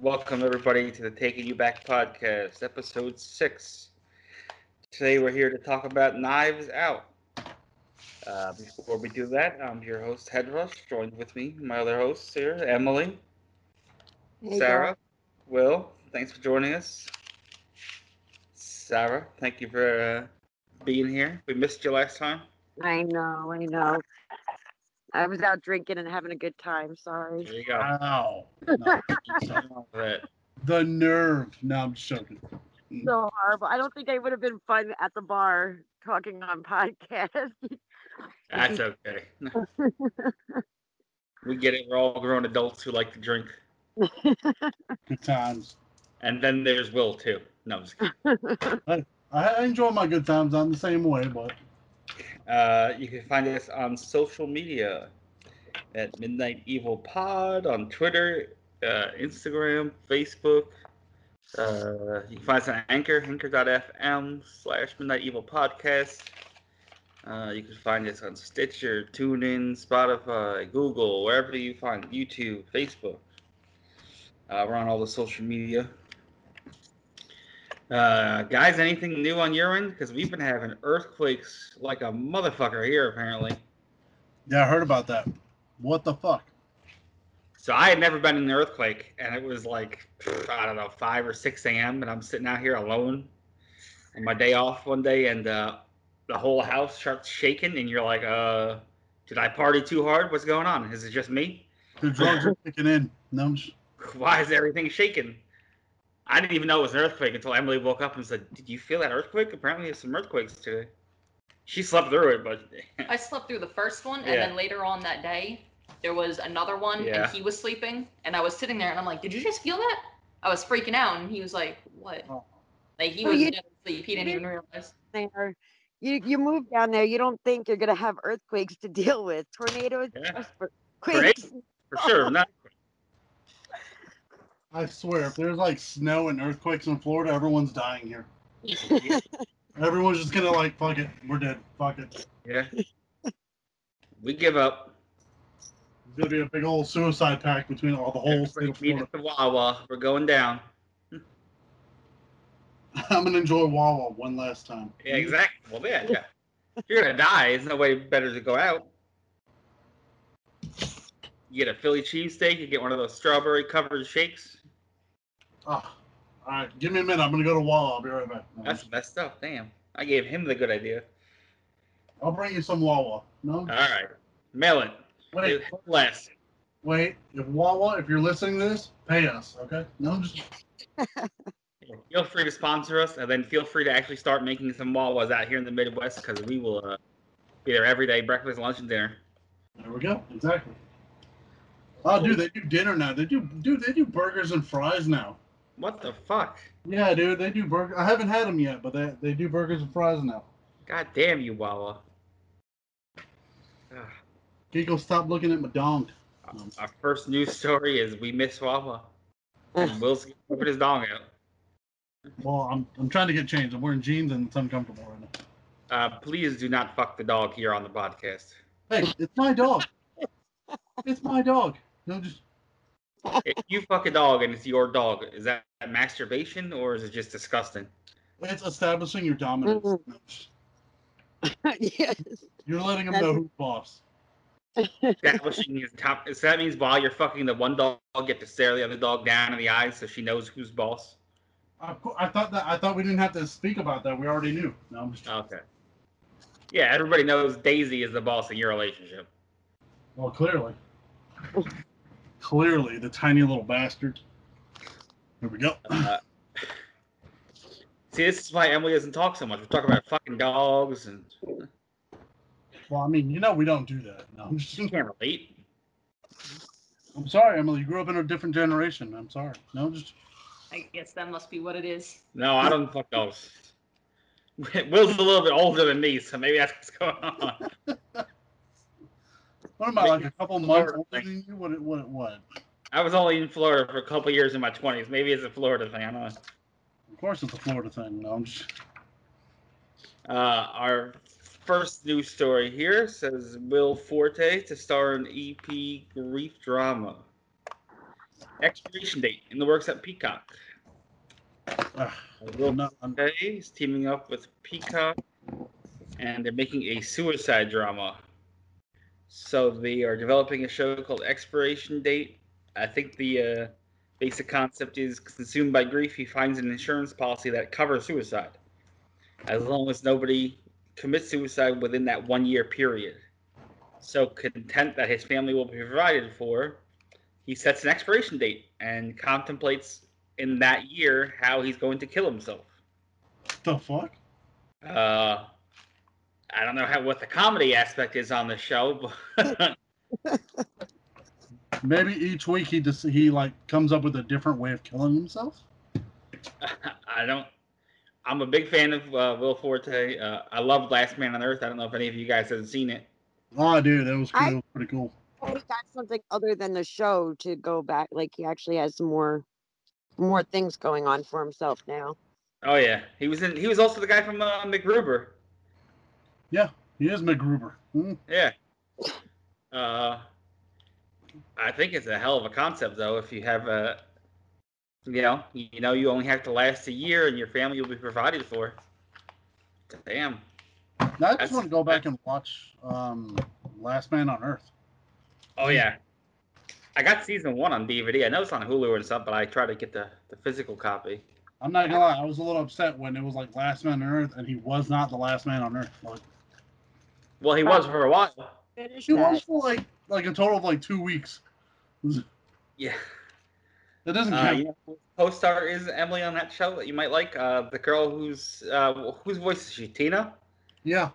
Welcome everybody to the Taking You Back podcast, episode six. Today we're here to talk about Knives Out. Uh, before we do that, I'm your host Headrush, joined with me my other hosts here, Emily, Hey, Sarah, girl. Will. Thanks for joining us. Sarah, thank you for uh, being here. We missed you last time. I know, I know. I was out drinking and having a good time. Sorry. There you go. Wow. Right. the nerve. No, I'm just joking. So horrible. I don't think I would have been fun at the bar talking on podcast. That's okay. we get it. We're all grown adults who like to drink. Good times. And then there's Will too. No, I'm just kidding. I I enjoy my good times. I'm the same way, but Uh, you can find us on social media at Midnight Evil Pod on Twitter, uh, Instagram, Facebook. Uh, you can find us on Anchor, anchor.fm slash Midnight Evil Podcast. Uh, you can find us on Stitcher, TuneIn, Spotify, Google, wherever you find YouTube, Facebook. Uh, we're on all the social media. Uh, guys, anything new on your end? Because we've been having earthquakes like a motherfucker here, apparently. yeah, I heard about that. What the fuck? So I had never been in an earthquake, and it was like pfft, I don't know five or six a.m. and I'm sitting out here alone on my day off one day, and uh, the whole house starts shaking, and you're like, uh, "Did I party too hard? What's going on? Is it just me? The drugs are kicking in. No, I'm just, Why is everything shaking?" I didn't even know it was an earthquake until Emily woke up and said, "Did you feel that earthquake? Apparently, there's some earthquakes today." She slept through it, but I slept through the first one, and Yeah. then later on that day, there was another one, Yeah. and he was sleeping, and I was sitting there, and I'm like, "Did you just feel that?" I was freaking out, and he was like, "What?" oh, Like he Oh, was you- dead asleep. He didn't even realize. There. You you move down there. You don't think you're gonna have earthquakes to deal with. Tornadoes, Yeah. quakes. for sure, not I swear, if there's like snow and earthquakes in Florida, everyone's dying here. Yeah. Everyone's just gonna like, fuck it, we're dead. Fuck it. It's Yeah. we give up. gonna be a big old suicide pact between all the whole state of Everybody meet Florida. at the Wawa. We're going down. I'm gonna enjoy Wawa one last time. Yeah, exactly. Well, yeah, yeah. You're gonna die. There's no way better to go out. You get a Philly cheesesteak. You get one of those strawberry covered shakes. Ah, all right, give me a minute. I'm gonna go to Wawa. I'll be right back. No, I'm That's just- messed up. Damn. I gave him the good idea. I'll bring you some Wawa. No, All right. Mail it. wait, Uh, It- Less. Wait, if Wawa, if you're listening to this, pay us, okay? No, I'm just Feel free to sponsor us, and then feel free to actually start making some Wawas out here in the Midwest because we will uh, be there every day, breakfast, lunch, and dinner. there we go, exactly. Oh, dude, they do dinner now. They do, dude, they do burgers and fries now. What the fuck? Yeah, dude, they do burger. I haven't had them yet, but they they do burgers and fries now. God damn you, Wawa. Ugh. Geeko, stop looking at my dong. Our first news story is we miss Wawa. And Will's put his dong out. Well, I'm I'm trying to get changed. I'm wearing jeans and it's uncomfortable right now. Uh, please do not fuck the dog here on the podcast. Hey, it's my dog. It's my dog. No, just If you fuck a dog and it's your dog, is that masturbation or is it just disgusting? it's establishing your dominance. yes. You're letting them know who's boss. Establishing his top. So that means while you're fucking the one dog, you have to stare the other dog down in the eyes so she knows who's boss. I, I thought that I thought we didn't have to speak about that. We already knew. No, I'm just Okay. Yeah, everybody knows Daisy is the boss in your relationship. Well, clearly. clearly, the tiny little bastard. Here we go. Uh, see, this is why Emily doesn't talk so much. We talk about fucking dogs and Well, I mean, you know we don't do that. No, I'm, just, she can't relate. I'm sorry, Emily. You grew up in a different generation. I'm sorry. No, just I guess that must be what it is. No, I don't fuck dogs. Will's a little bit older than me, so maybe that's what's going on. what am I like a couple months Florida older thing. than you? What? it- What? it- What? I was only in Florida for a couple years in my twenties. Maybe it's a Florida thing. I don't know. Of course, it's a Florida thing. No, I'm just. Uh, our first news story here E says Will Forte to star in EP grief drama. Expiration date in the works at Peacock. Ugh, Will no, I'm- Day is teaming up with Peacock, and they're making a suicide drama. So they are developing a show called Expiration Date. I think the uh, basic concept is consumed by grief, he finds an insurance policy that covers suicide, as long as nobody commits suicide within that one-year period. So content that his family will be provided for, he sets an expiration date and contemplates in that year how he's going to kill himself. the fuck? Uh, I don't know how what the comedy aspect is on the show, but Maybe each week he just he like comes up with a different way of killing himself. I don't. I'm a big fan of uh, Will Forte. Uh, I love Last Man on Earth. I don't know if any of you guys have seen it. Oh, dude, that was cool. I- that was pretty cool. He got something other than the show to go back. Like he actually has more, more things going on for himself now. Oh yeah, he was in. He was also the guy from uh, MacGruber. He is McGruber. Mm. Yeah. Uh, I think it's a hell of a concept, though. If you have a, you know, you know, you only have to last a year, and your family will be provided for. Damn. Now, I That's- just want to go back and watch um, Last Man on Earth. Oh yeah. I got season one on DVD. I know it's on Hulu and stuff, but I try to get the, the physical copy. I'm not gonna lie, I was a little upset when it was like Last Man on Earth, and he was not the last man on Earth. Like, Well, he Oh. was for a while. Finish he was that. for like like a total of like two weeks. Yeah. That doesn't Uh, count. you know, who co-star is Emily on that show that you might like. Uh, the girl who's uh, whose voice is she? Tina. yeah.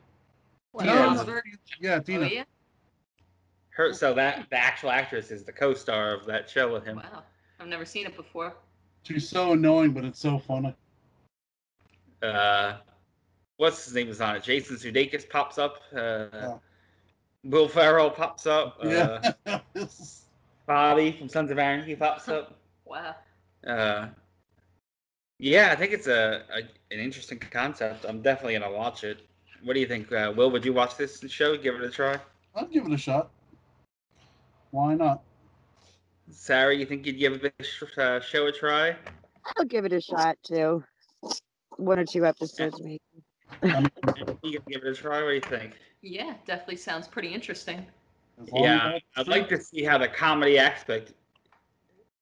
What, Yeah. Ron Howard? Yeah, Oh, Tina. yeah? Her. So that the actual actress is the co-star of that show with him. Wow. I've never seen it before. She's so annoying, but it's so funny. uh, what's his name is on it. Jason Sudeikis pops up. Uh, Oh. Will Ferrell pops up. Uh, yeah. Bobby from Sons of Anarchy pops up. Wow. Uh, yeah, I think it's a, a an interesting concept. I'm definitely gonna watch it. What do you think, uh, Will? Would you watch this show? Give it a try. I'd give it a shot. Why not? Sarah, you think you'd give this sh- uh, show a try? I'll give it a shot too. One or two episodes, maybe. You gonna give it a try. What do you think? Yeah, definitely sounds pretty interesting. As long Yeah, as I- I'd like to see how the comedy aspect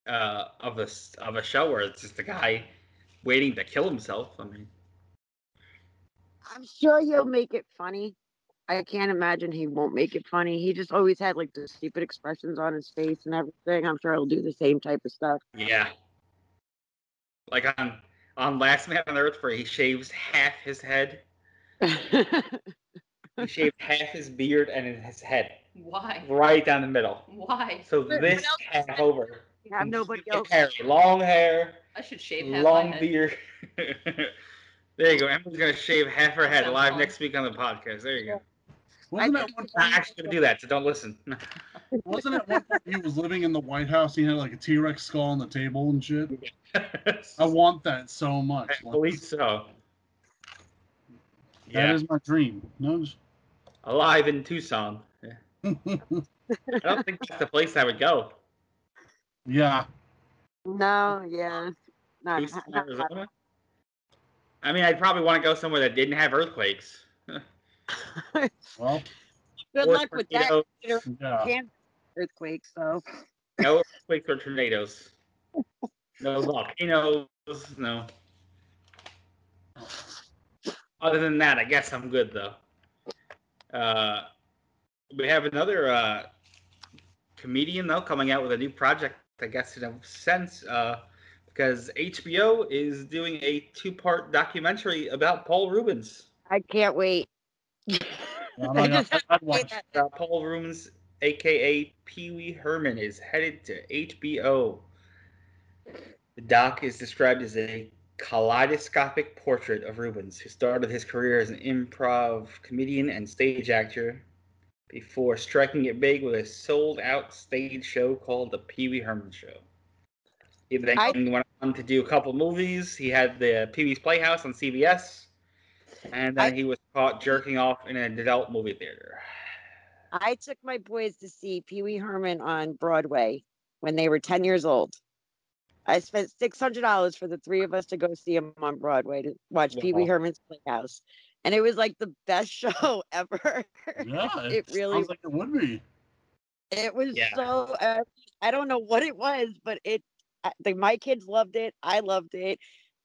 uh, of a s- of a show where it's just a guy waiting to kill himself. I mean, I'm sure he'll make it funny. I can't imagine he won't make it funny. He just always had like the stupid expressions on his face and everything. I'm sure he'll do the same type of stuff. yeah, like on on Last Man on Earth, where he shaves half his head, he shaved half his beard and his head Why? right down the middle. Why? So What this else half over. You have nobody else. Hair, long hair, I should shave half my long head. beard. there you go. Emily's gonna shave half her head Sounds live fun. next week on the podcast. There you go. Wasn't I- that one I'm time- actually gonna do that, so don't listen. Wasn't at one point he was living in the White House? He had like a T Rex skull on the table and shit. I I want that so much. Like, believe so. That Yeah, is my dream. No, just- alive in Tucson. Yeah. I don't think that's the place I would go. yeah, No, yeah. Not, Tucson, not- Arizona. I mean, I'd probably want to go somewhere that didn't have earthquakes. well, good Or luck with that tornadoes. yeah. Can't earthquake, so No earthquakes or tornadoes. No volcanoes. No. Other than that, I guess I'm good though. Uh, we have another uh, comedian though coming out with a new project. I guess in a sense, uh, because HBO is doing a two-part documentary about Paul Rubens. I can't wait. I don't know, I'd- I'd watch. Uh, Paul Rubens, aka Pee Wee Herman, is headed to HBO. The doc is described as a kaleidoscopic portrait of Rubens, who started his career as an improv comedian and stage actor before striking it big with a sold out stage show called The Pee Wee Herman Show. He then I- went on to do a couple movies. He had the Pee Wee's Playhouse on CBS, and then I- he was caught jerking off in an adult movie theater. I took my boys to see Pee Wee Herman on Broadway when they were 10 years old. I spent six hundred dollars for the three of us to go see him on Broadway to watch Pee Wow. Wee Herman's Playhouse, and it was like the best show ever. Yeah, it, It really sounds like it would be. It was Yeah. so. Uh, I don't know what it was, but it. I, the, my kids loved it. I loved it.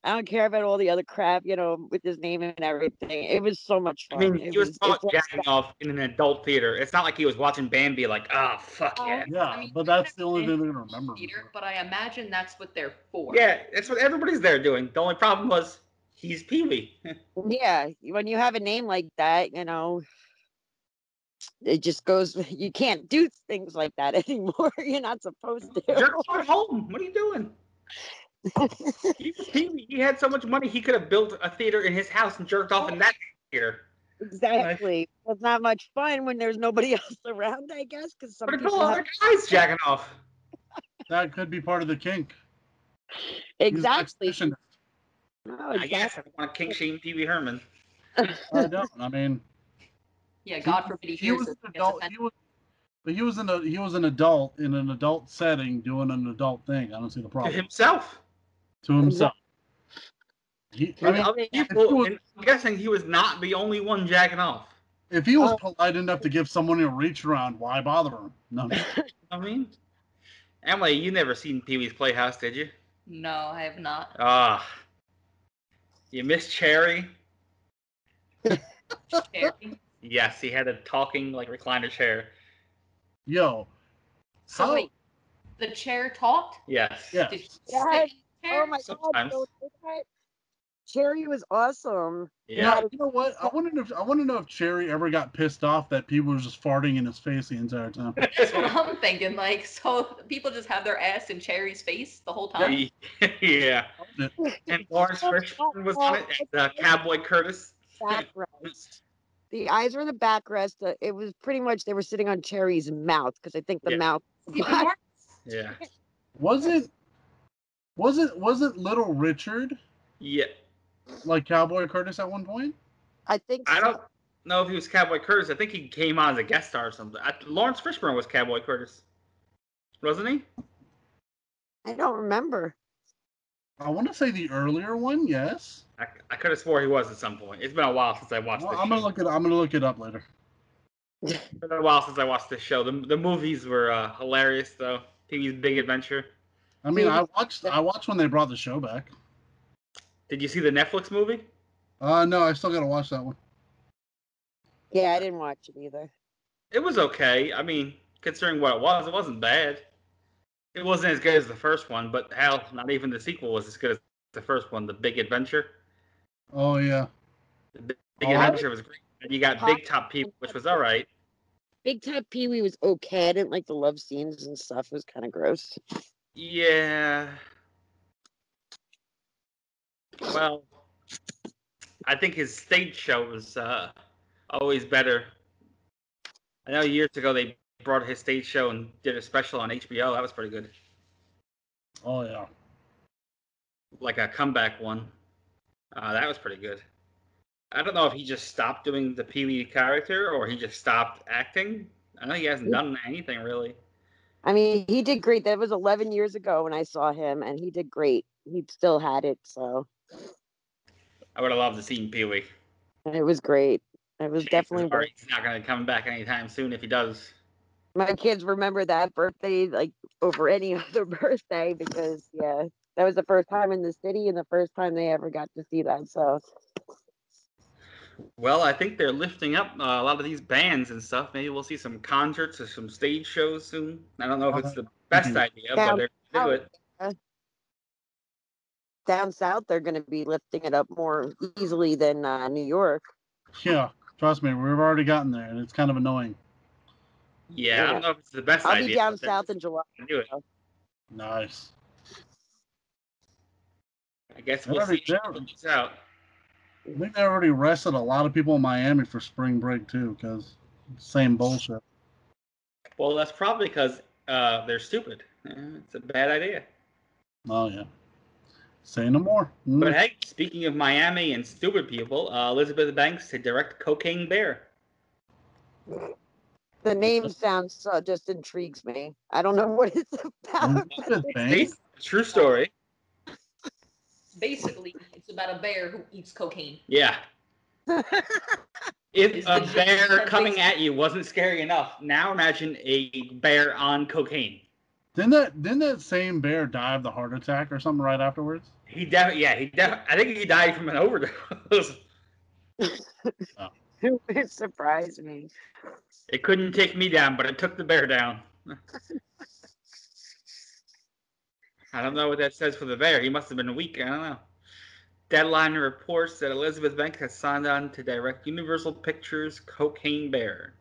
I don't care about all the other crap, you know, with his name and everything. It was so much I fun. mean, It he was it's caught like- jacking off in an adult theater. It's not like he was watching Bambi, like, ah, fuck Oh. yeah. Yeah, I mean, but they're that's not the only gonna thing they're gonna remember. him Peter, for. but I imagine that's what they're for. Yeah, that's what everybody's there doing. The only problem was he's Pee Wee. yeah, when you have a name like that, you know, it just goes. You can't do things like that anymore. You're not supposed to. Jerk off at home. What are you doing? he was Pee Wee. He had so much money, he could have built a theater in his house and jerked off in that theater. exactly. It's not much fun when there's nobody else around. I guess because some But it's people all have- other guys jacking off. That could be part of the kink. He's an exactly. exhibitionist. No, I guess exactly. I want to kink shame Pee Wee Herman. I don't. I mean, Yeah, God forbid he he hears was this. an and gets adult. offended. He was, but he was an he was an adult in an adult setting doing an adult thing. I don't see the To problem himself. to himself. He, I I mean, mean, other people, and I'm guessing he was not the only one jacking off. If he was polite enough to give someone a reach around, why bother him? No. I mean, Emily, you never seen Pee Wee's Playhouse, did you? No, I have not. Ah, you miss Cherry. Terry. Yes, he had a talking like recliner chair. Yo. So How- wait, the chair talked? Yes. Yeah. Did she Yes. sit in the chair? Oh my god, Sometimes. don't do that. Cherry was awesome. Yeah. You know what? I want to know. If, I want to know if Cherry ever got pissed off that people were just farting in his face the entire time. That's what I'm thinking. Like, so people just have their ass in Cherry's face the whole time. yeah. And Lawrence Fishburne was on it, and uh, Cowboy Curtis. Backrest. The eyes were in the backrest. Uh, It was pretty much they were sitting on Cherry's mouth because I think the Yeah. mouth. Even worse. Yeah. Wasn't wasn't wasn't Little Richard Yeah. like Cowboy Curtis at one point? I think I so. don't know if he was Cowboy Curtis. I think he came on as a guest star or something. I, Lawrence Fishburne was Cowboy Curtis, wasn't he? I don't remember. I want to say the earlier one. Yes. I, I could have swore he was at some point. It's been a while since I watched. Well, this I'm show. gonna look it. I'm gonna look it up later. It's been a while since I watched this show. The, the movies were uh, hilarious, though. Pee Wee's Big Adventure. I mean, I Maybe. watched. I watched when they brought the show back. Did you see the Netflix movie? Uh, no, I still gotta watch that one. Yeah, I didn't watch it either. It was okay. I mean, considering what it was, it wasn't bad. It wasn't as good as the first one, but hell, not even the sequel was as good as the first one. The Big Adventure. Oh yeah. Big Oh, I- Adventure was great. And you got Big Top People, which was all right. Big Top Pee Wee was okay. I didn't like the love scenes and stuff. It was kind of gross. Yeah. Well, I think his stage show was uh, always better. I know years ago they brought his stage show and did a special on HBO. That was pretty good, Oh yeah. like a comeback one. Uh, that was pretty good. I don't know if he just stopped doing the Pee Wee character or he just stopped acting. I know he hasn't done anything really. I mean, he did great. That was 11 years ago when I saw him, and he did great. He still had it, so I would have loved to see Pee Wee. it was great. It was definitely worth He's not going to come back anytime soon if he does. my kids remember that birthday like over any other birthday because yeah that was the first time in the city and the first time they ever got to see that so Well, I think they're lifting up uh, a lot of these bands and stuff. Maybe we'll see some concerts or some stage shows soon. I don't know if Uh-huh. it's the best Mm-hmm. Mhm. idea, but they're gonna do it. down south they're going to be lifting it up more easily than uh, new york Yeah. Trust me, we've already gotten there, and it's kind of annoying. Yeah, I don't know if it's the best i'll idea. be down but they're south in july gonna do it. Nice. I guess They're we'll already see. how it there. works out. I think they already arrested a lot of people in Miami for spring break too, because same bullshit. Well, that's probably because uh, they're stupid. Uh, It's a bad idea. Oh yeah. Say no more. Mm. But hey, speaking of Miami and stupid people, uh, Elizabeth Banks to direct Cocaine Bear. the name sounds so just intrigues uh, me i don't know what it's about Elizabeth Banks? Based True story. Basically, it's about a bear who eats cocaine. Yeah. If Is a the- bear coming at you wasn't scary enough, now imagine a bear on cocaine. Didn't that didn't that same bear die of the heart attack or something right afterwards? He def yeah, he def I think he died from an overdose. it surprised me. It couldn't take me down, but it took the bear down. I don't know what that says for the bear. He must have been weak. I don't know. Deadline reports that Elizabeth Banks has signed on to direct Universal Pictures' Cocaine Bear,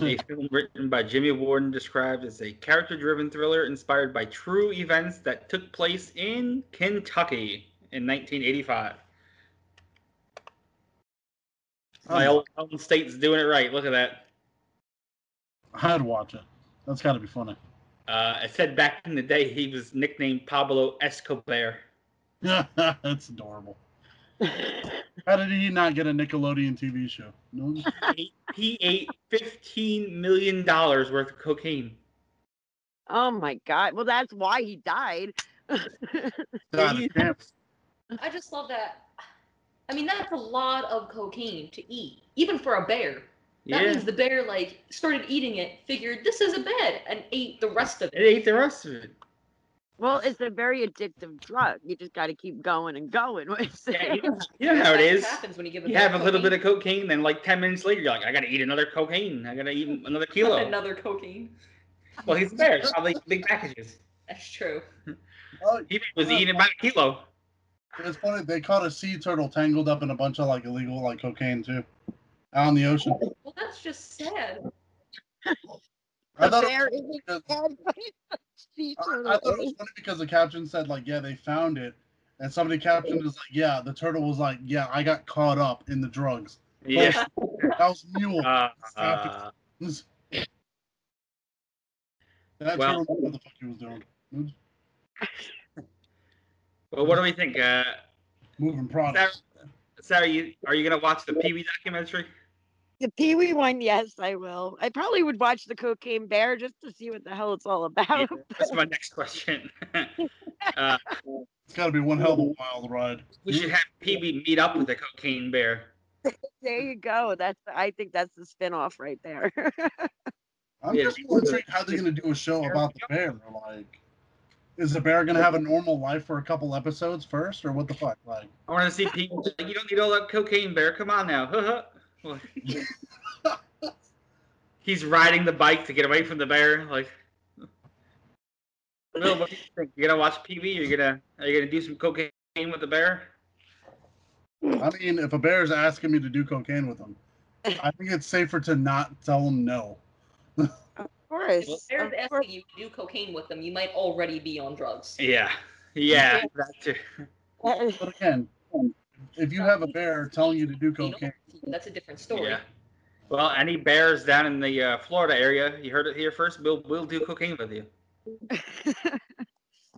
a film written by Jimmy Warden described as a character driven thriller inspired by true events that took place in Kentucky in 1985. My old home state's doing it right. Look at that. I'd watch it. That's got to be funny. Uh, I said back in the day he was nicknamed Pablo Escobar. That's adorable. How did he not get a Nickelodeon TV show? No. He- he ate fifteen million dollars worth of cocaine. Oh my god. Well, that's why he died. God, I can't- I just love that. I mean, that's a lot of cocaine to eat, even for a bear. That Yeah, means the bear like started eating it, figured this isn't bad, and ate the rest of it it. ate the rest of it. Well, it's a very addictive drug. You just got to keep going and going. with it. Yeah, you, know- you know how it That's what is. Happens when you give a You bear have a little bit cocaine. of cocaine, then like ten minutes later, you're like, I gotta eat another cocaine. I gotta eat another kilo. another cocaine. Well, he's there, it's probably big packages. That's true. Oh, He was eating about a kilo. It's funny. They caught a sea turtle tangled up in a bunch of like illegal like cocaine too, out in the ocean. Oh, Well, that's just sad. I The thought, it, bear Oh, is was- dead. Sea I, turtle I thought it is- was funny because the caption said like, "Yeah, they found it," and somebody captioned is like, "Yeah, the turtle was like, yeah, I got caught up in the drugs. Yeah. That was mule. Uh, uh, that well- turtle knew what the fuck he was doing, well, what do we think? Uh, moving products." Sarah, you, are you gonna watch the Pee Wee documentary? The Pee Wee one, yes, I will. I probably would watch the Cocaine Bear just to see what the hell it's all Yeah, about. that's my next question. uh, It's got to be one hell of a wild ride. we should have Pee Wee meet up with the cocaine bear. There you go. That's I think that's the spin-off right there. I'm Yeah. just more intrigued how they're gonna do a show about the bear. Like, is the bear gonna have a normal life for a couple episodes first, or what the fuck? Like, I want to see Pee Wee. Like, you don't need all that cocaine bear. Come on now. Like, He's riding the bike to get away from the bear. Like, Will, what do you think? You gonna watch Pee Wee? You gonna are you gonna do some cocaine with the bear? I mean, if a bear is asking me to do cocaine with him, I think it's safer to not tell him no. Of course. Bears of course. asking you to do cocaine with them, you might already be on drugs. Yeah, yeah, that too. But again, if you have a bear telling you to do cocaine, That's a different story. Yeah. Well, any bears down in the uh, Florida area, you heard it here first. We'll we'll do cocaine with you.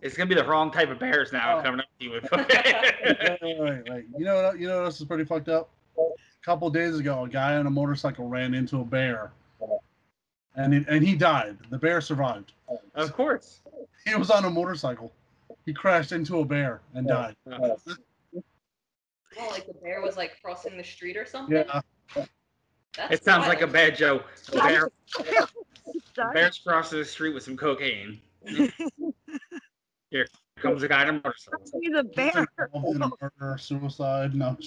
It's gonna be the wrong type of bears now Oh. coming up to you with. wait, wait, wait, wait. you know what? You know what else is pretty fucked up. A couple days ago, a guy on a motorcycle ran into a bear, and he, and he died. The bear survived. of course. He was on a motorcycle. He crashed into a bear and died. Uh, Oh, like the bear was like crossing the street or something. Yeah, That's it sounds like a wild. bad joke. A bear, a Sorry. bear's crossing the street with some cocaine. here comes a guy on a motorcycle. Be the he's bear. involved in a murder, suicide. No,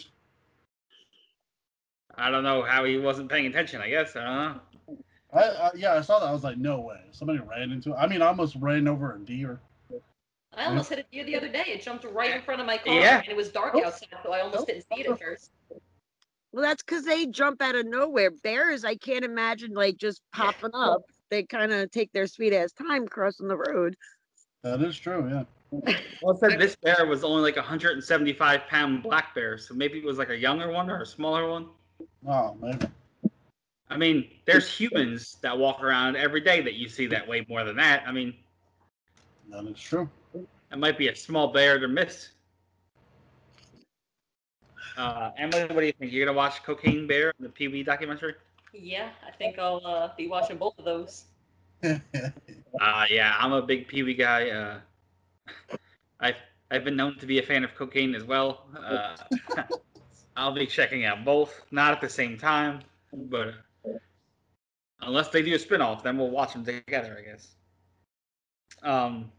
I don't know how he wasn't paying attention. I guess I don't know. I, I yeah, I saw that. I was like, no way. Somebody ran into. I mean, I almost ran over a deer. I almost hit a deer the other day. It jumped right in front of my car, Yeah. and it was dark Oh. outside, so I almost didn't see it at first. Well, that's because they jump out of nowhere. Bears, I can't imagine like just popping up. They kind of take their sweet ass time crossing the road. That is true. Yeah. Well, it said this bear was only like a 175 pound black bear, so maybe it was like a younger one or a smaller one. Oh, maybe. I mean, there's humans that walk around every day that you see that way more than that. I mean, That is true. It might be a small bear to miss. Uh, Emily, what do you think? You're gonna watch Cocaine Bear in the Pee Wee documentary? Yeah, I think I'll uh, be watching both of those. yeah, Uh, yeah, I'm a big Pee Wee guy. Uh, I've I've been known to be a fan of cocaine as well. Uh, I'll be checking out both, not at the same time, but unless they do a spin-off, then we'll watch them together, I guess. Um,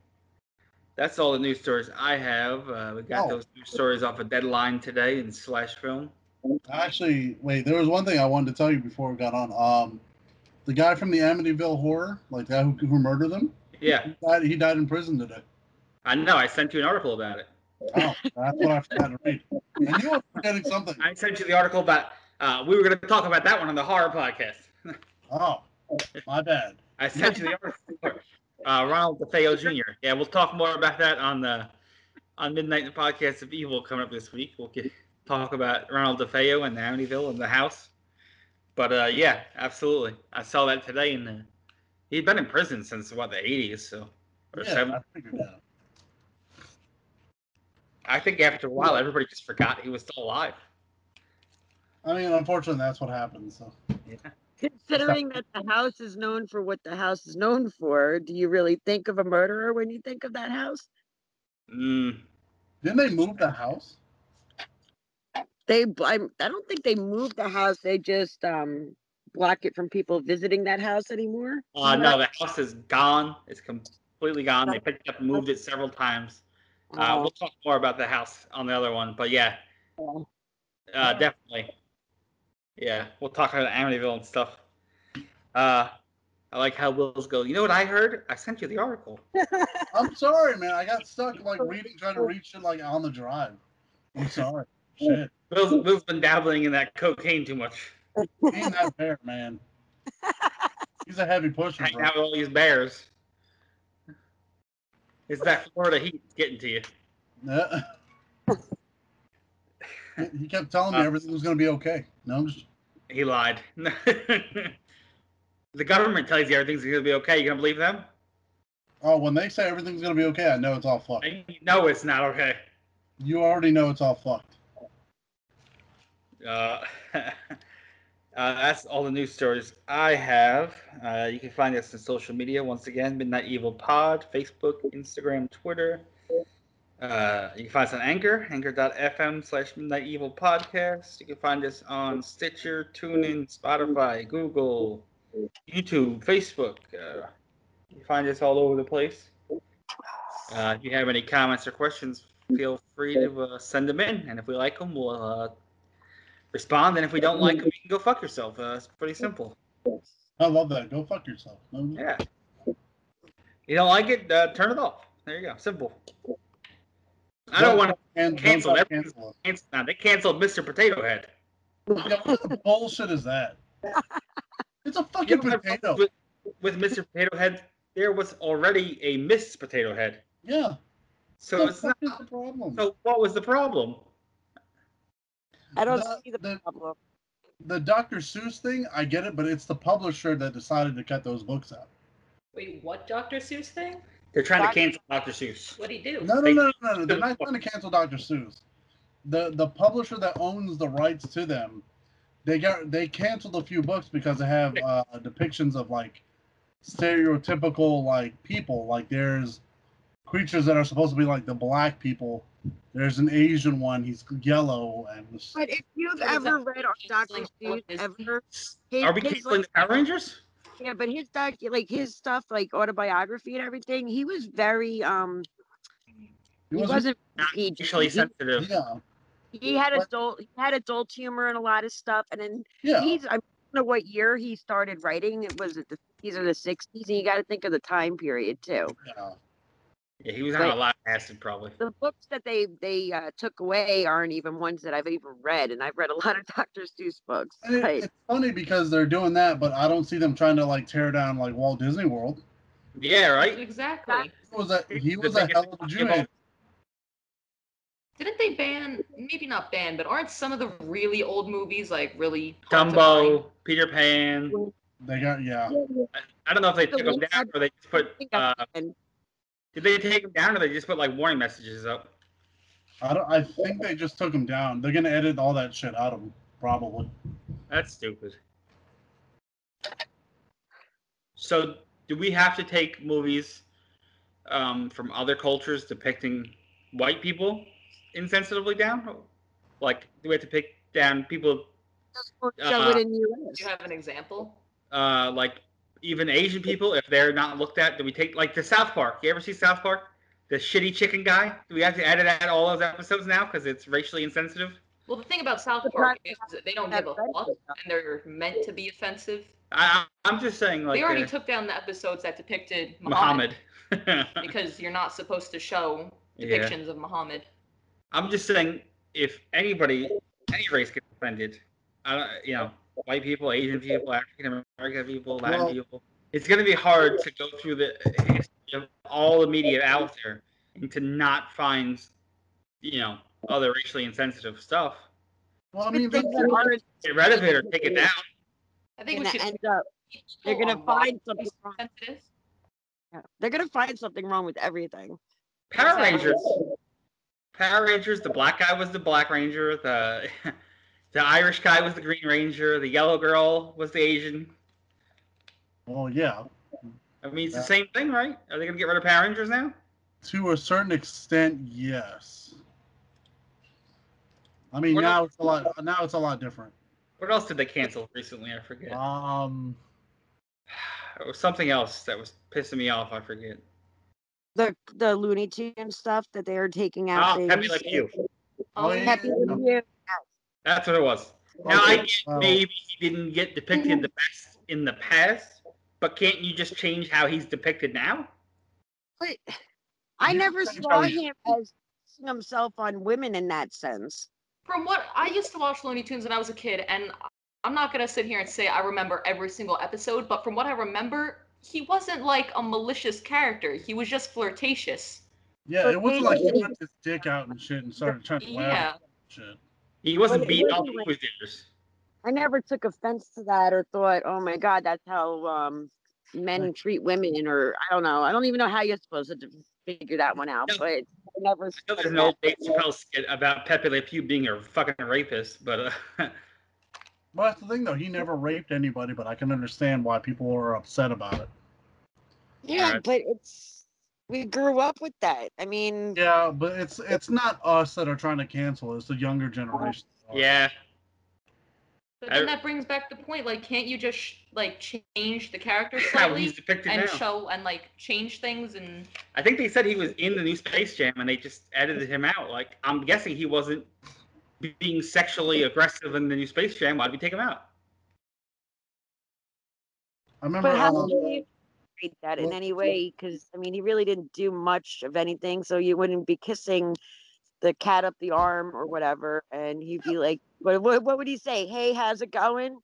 that's all the news stories I have. Uh, we got Oh. those news stories off a deadline today in slash film. Actually, wait, there was one thing I wanted to tell you before we got on. Um, the guy from the Amityville Horror, like that who, who murdered them, Yeah, he died, he died in prison today. I know. I sent you an article about it. Wow, that's what I forgot to read. I knew I was forgetting something. I sent you the article about. Uh, we were going to talk about that one on the horror podcast. Oh, my bad. I sent you the article. Uh, Ronald DeFeo Jr. Yeah, we'll talk more about that on the on Midnight the Podcast of Evil coming up this week. We'll get, talk about Ronald DeFeo and the Amityville and the house. But uh, yeah, absolutely. I saw that today, and uh, he'd been in prison since what the '80s, so or Yeah, seven. I figured that. out. I think after a while, everybody just forgot he was still alive. I mean, unfortunately, that's what happened. So Considering that the house is known for what the house is known for, do you really think of a murderer when you think of that house? Mm, didn't they move the house? They, bl- I'm- I don't think they moved the house. They just um, block it from people visiting that house anymore. Uh, no, the house is gone. It's completely gone. They picked it up and moved it several times. Uh, Oh, we'll talk more about the house on the other one, but yeah, well. uh, definitely. Yeah, we'll talk about Amityville and stuff. Uh, I like how Will's go. You know what I heard? I sent you the article. I'm sorry, man. I got stuck like reading, trying to read shit like on the drive. I'm sorry. Shit, Will's, Will's been dabbling in that cocaine too much. ain't that fair, man? He's a heavy pusher, Hanging bro. out with all these bears. It's that Florida heat getting to you. Yeah. He- he kept telling me Uh, everything was gonna be okay. No, I'm just He lied. the government tells you everything's gonna be okay. You gonna believe them? oh, when they say everything's gonna be okay, I know it's all fucked. I know it's not okay. You already know it's all fucked. Uh, uh, that's all the news stories I have. Uh, you can find us on social media once again Midnight Evil Pod, Facebook, Instagram, Twitter. Uh, you can find us on Anchor, anchor.fm slash Midnight Evil Podcast. You can find us on Stitcher, TuneIn, Spotify, Google, YouTube, Facebook. Uh, you can find us all over the place. Uh, if you have any comments or questions, feel free to uh, send them in. And if we like them, we'll uh, respond. And if we don't like them, you can go fuck yourself. Uh, it's pretty simple. I love that. Go fuck yourself. No, Yeah. You don't like it, uh, turn it off. There you go. Simple. I don't want to and Cancel don't try to everything. cancel it. cancel now. They canceled Mr. Potato Head. Yeah, what kind of bullshit is that? It's a You fucking know what I potato. fucked With, with Mr. Potato Head, there was already a Miss Potato Head. Yeah. So the it's fuck not. is the problem? So what was the problem? I don't The- see the, the- problem. The Dr. Seuss thing, I get it, but it's the publisher that decided to cut those books out. Wait, what Dr. Seuss thing? They're trying to Doc- cancel Dr. Seuss. What'd he do? No, no, no, no, no. They're not going to cancel Dr. Seuss. The the publisher that owns the rights to them, they got they canceled a few books because they have uh, depictions of like stereotypical like people. Like there's creatures that are supposed to be like the black people. There's an Asian one. He's yellow and was, But if you've What is ever that? read on Dr. Canceling Seuss autism? ever, Are we his- his, canceling like- the Power Rangers? Yeah, but his doc, like his stuff, like autobiography and everything, he was very um. he He wasn't- wasn't Not PG. racially He, sensitive. yeah he had What? adult, he had adult humor and a lot of stuff. And then yeah. he's, I don't know what year he started writing. It was it the fifties or the sixties, and you got to think of the time period too. yeah. Yeah, he was on a lot of acid probably. The books that they they uh, took away aren't even ones that I've even read, and I've read a lot of Dr. Seuss books. And it- Like, it's funny because they're doing that, but I don't see them trying to like tear down like Walt Disney World. Yeah, right? Exactly. He was a he The was a biggest hell of a Jew. hater. Didn't they ban? Maybe not ban, but aren't some of the really old movies like really hard to find? Dumbo, Peter Pan. They got yeah. I, I don't know if they took them down or they just put. Uh, and did they take them down or they just put like warning messages up? I don't. I think they just took him down. They're gonna edit all that shit out of him probably. That's stupid. So do we have to take movies um, from other cultures depicting white people insensitively down? Like, do we have to pick down people, Just go show it Uh, in Do you U.S. have an example? uh, like even Asian people, if they're not looked at? Do we take like the South Park? You ever see South Park? The shitty chicken guy. Do we have to edit out all those episodes now because it's racially insensitive? Well, the thing about South But Park not- is that they don't not give a offensive, fuck, though. and they're meant to be offensive. I, I- I'm just saying, like they already uh, took down the episodes that depicted Muhammad, Muhammad. because you're not supposed to show yeah. depictions of Muhammad. I'm just saying, if anybody, any race gets offended, I don't, you know, white people, Asian people, African American people, Latin Well- people, it's going to be hard to go through the history of all the media out there and to not find, you know, other racially insensitive stuff. Well, I Good mean, things that's- that are Get rid of it or take it down. I think we gonna should. end up. keep They're people gonna on find watch something wrong. sensitive. Yeah. They're gonna find something wrong with everything. Power Rangers. Power Rangers. The black guy was the Black Ranger. The the Irish guy was the Green Ranger. The yellow girl was the Asian. well, yeah, I mean, it's Yeah. the same thing, right? Are they going to get rid of Power Rangers now? to a certain extent, yes. I mean, We're now not- it's a lot. Now it's a lot different. What else did they cancel recently? I forget. Um, It was something else that was pissing me off. I forget. The the Looney Tunes stuff that they are taking out. Oh, things. happy like you. Oh, Um, yeah. Happy Like You. That's what it was. Now I okay, get um, well, maybe he didn't get depicted the best in the past, but can't you just change how he's depicted now? But I You never can saw tell- him as seeing himself on women in that sense. From what I used to watch Looney Tunes when I was a kid, and I'm not gonna sit here and say I remember every single episode, but from what I remember, he wasn't like a malicious character. He was just flirtatious. yeah, it wasn't like he whipped his dick out and shit and started trying to laugh. Yeah. and Shit. He wasn't But it beating all the wasn't like- movie theaters. I never took offense to that or thought, oh my God, that's how um, men Right. treat women, or I don't know. I don't even know how you're supposed to figure that one out, No. but I never. I know saw there's an that. old Dave Chappelle skit about Pepe Le Pew being a fucking rapist, but uh, Well, that's the thing though. He never raped anybody, but I can understand why people are upset about it. Yeah, Alright. but it's we grew up with that. I mean, Yeah, but it's it's not us that are trying to cancel. It's the younger generation. yeah, But I- then that brings back the point, like, can't you just sh- like change the character how slightly he's depicted and now. show and like change things and I think they said he was in the new Space Jam and they just edited him out. Like, I'm guessing he wasn't being sexually aggressive in the new Space Jam. Why'd we take him out? I remember. but how uh, can you rate that in well- any way? Because I mean, he really didn't do much of anything, so you wouldn't be kissing the cat up the arm or whatever, and he'd be like, "What? What, what would he say? Hey, how's it going?"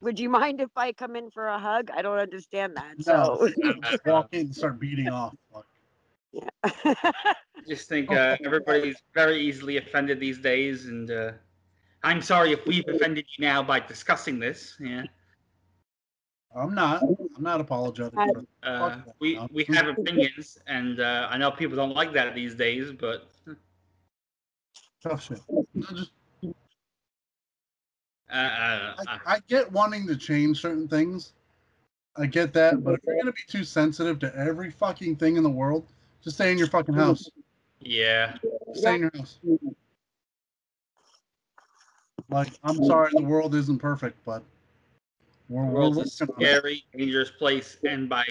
Would you mind if I come in for a hug? I don't understand that. No. So, just walk in and start beating off. Like, I just think uh, everybody's very easily offended these days, and uh, I'm sorry if we've offended you now by discussing this. Yeah, I'm not. I'm not apologetic. I- For uh, we we have opinions, and uh, I know people don't like that these days, but tough shit. I just- uh, I, don't know. I, I get wanting to change certain things. I get that, but if you're gonna be too sensitive to every fucking thing in the world, just stay in your fucking house. yeah. Just stay in your house. Like, I'm sorry, the world isn't perfect, but we're, The we're world's a working on it. scary, dangerous place, and by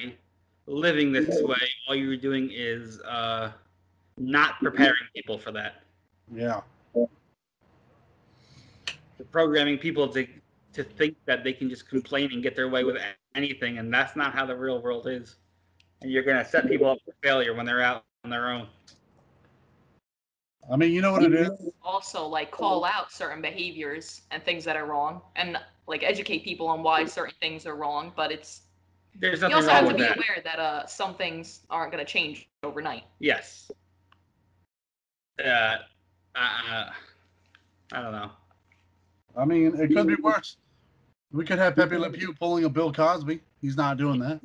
living this way, all you're doing is uh, not preparing people for that. Yeah. You're programming people to to think that they can just complain and get their way with a- anything, and that's not how the real world is. And you're gonna set people up for failure when they're out on their own. I mean, you know what it is. also like call out certain behaviors and things that are wrong and like educate people on why certain things are wrong. But it's There's you nothing also have wrong to with be that. aware that uh some things aren't gonna change overnight. Yes. Uh, uh, I don't know. I mean, it could be worse. We could have Pepe Le Pew pulling a Bill Cosby. He's not doing that.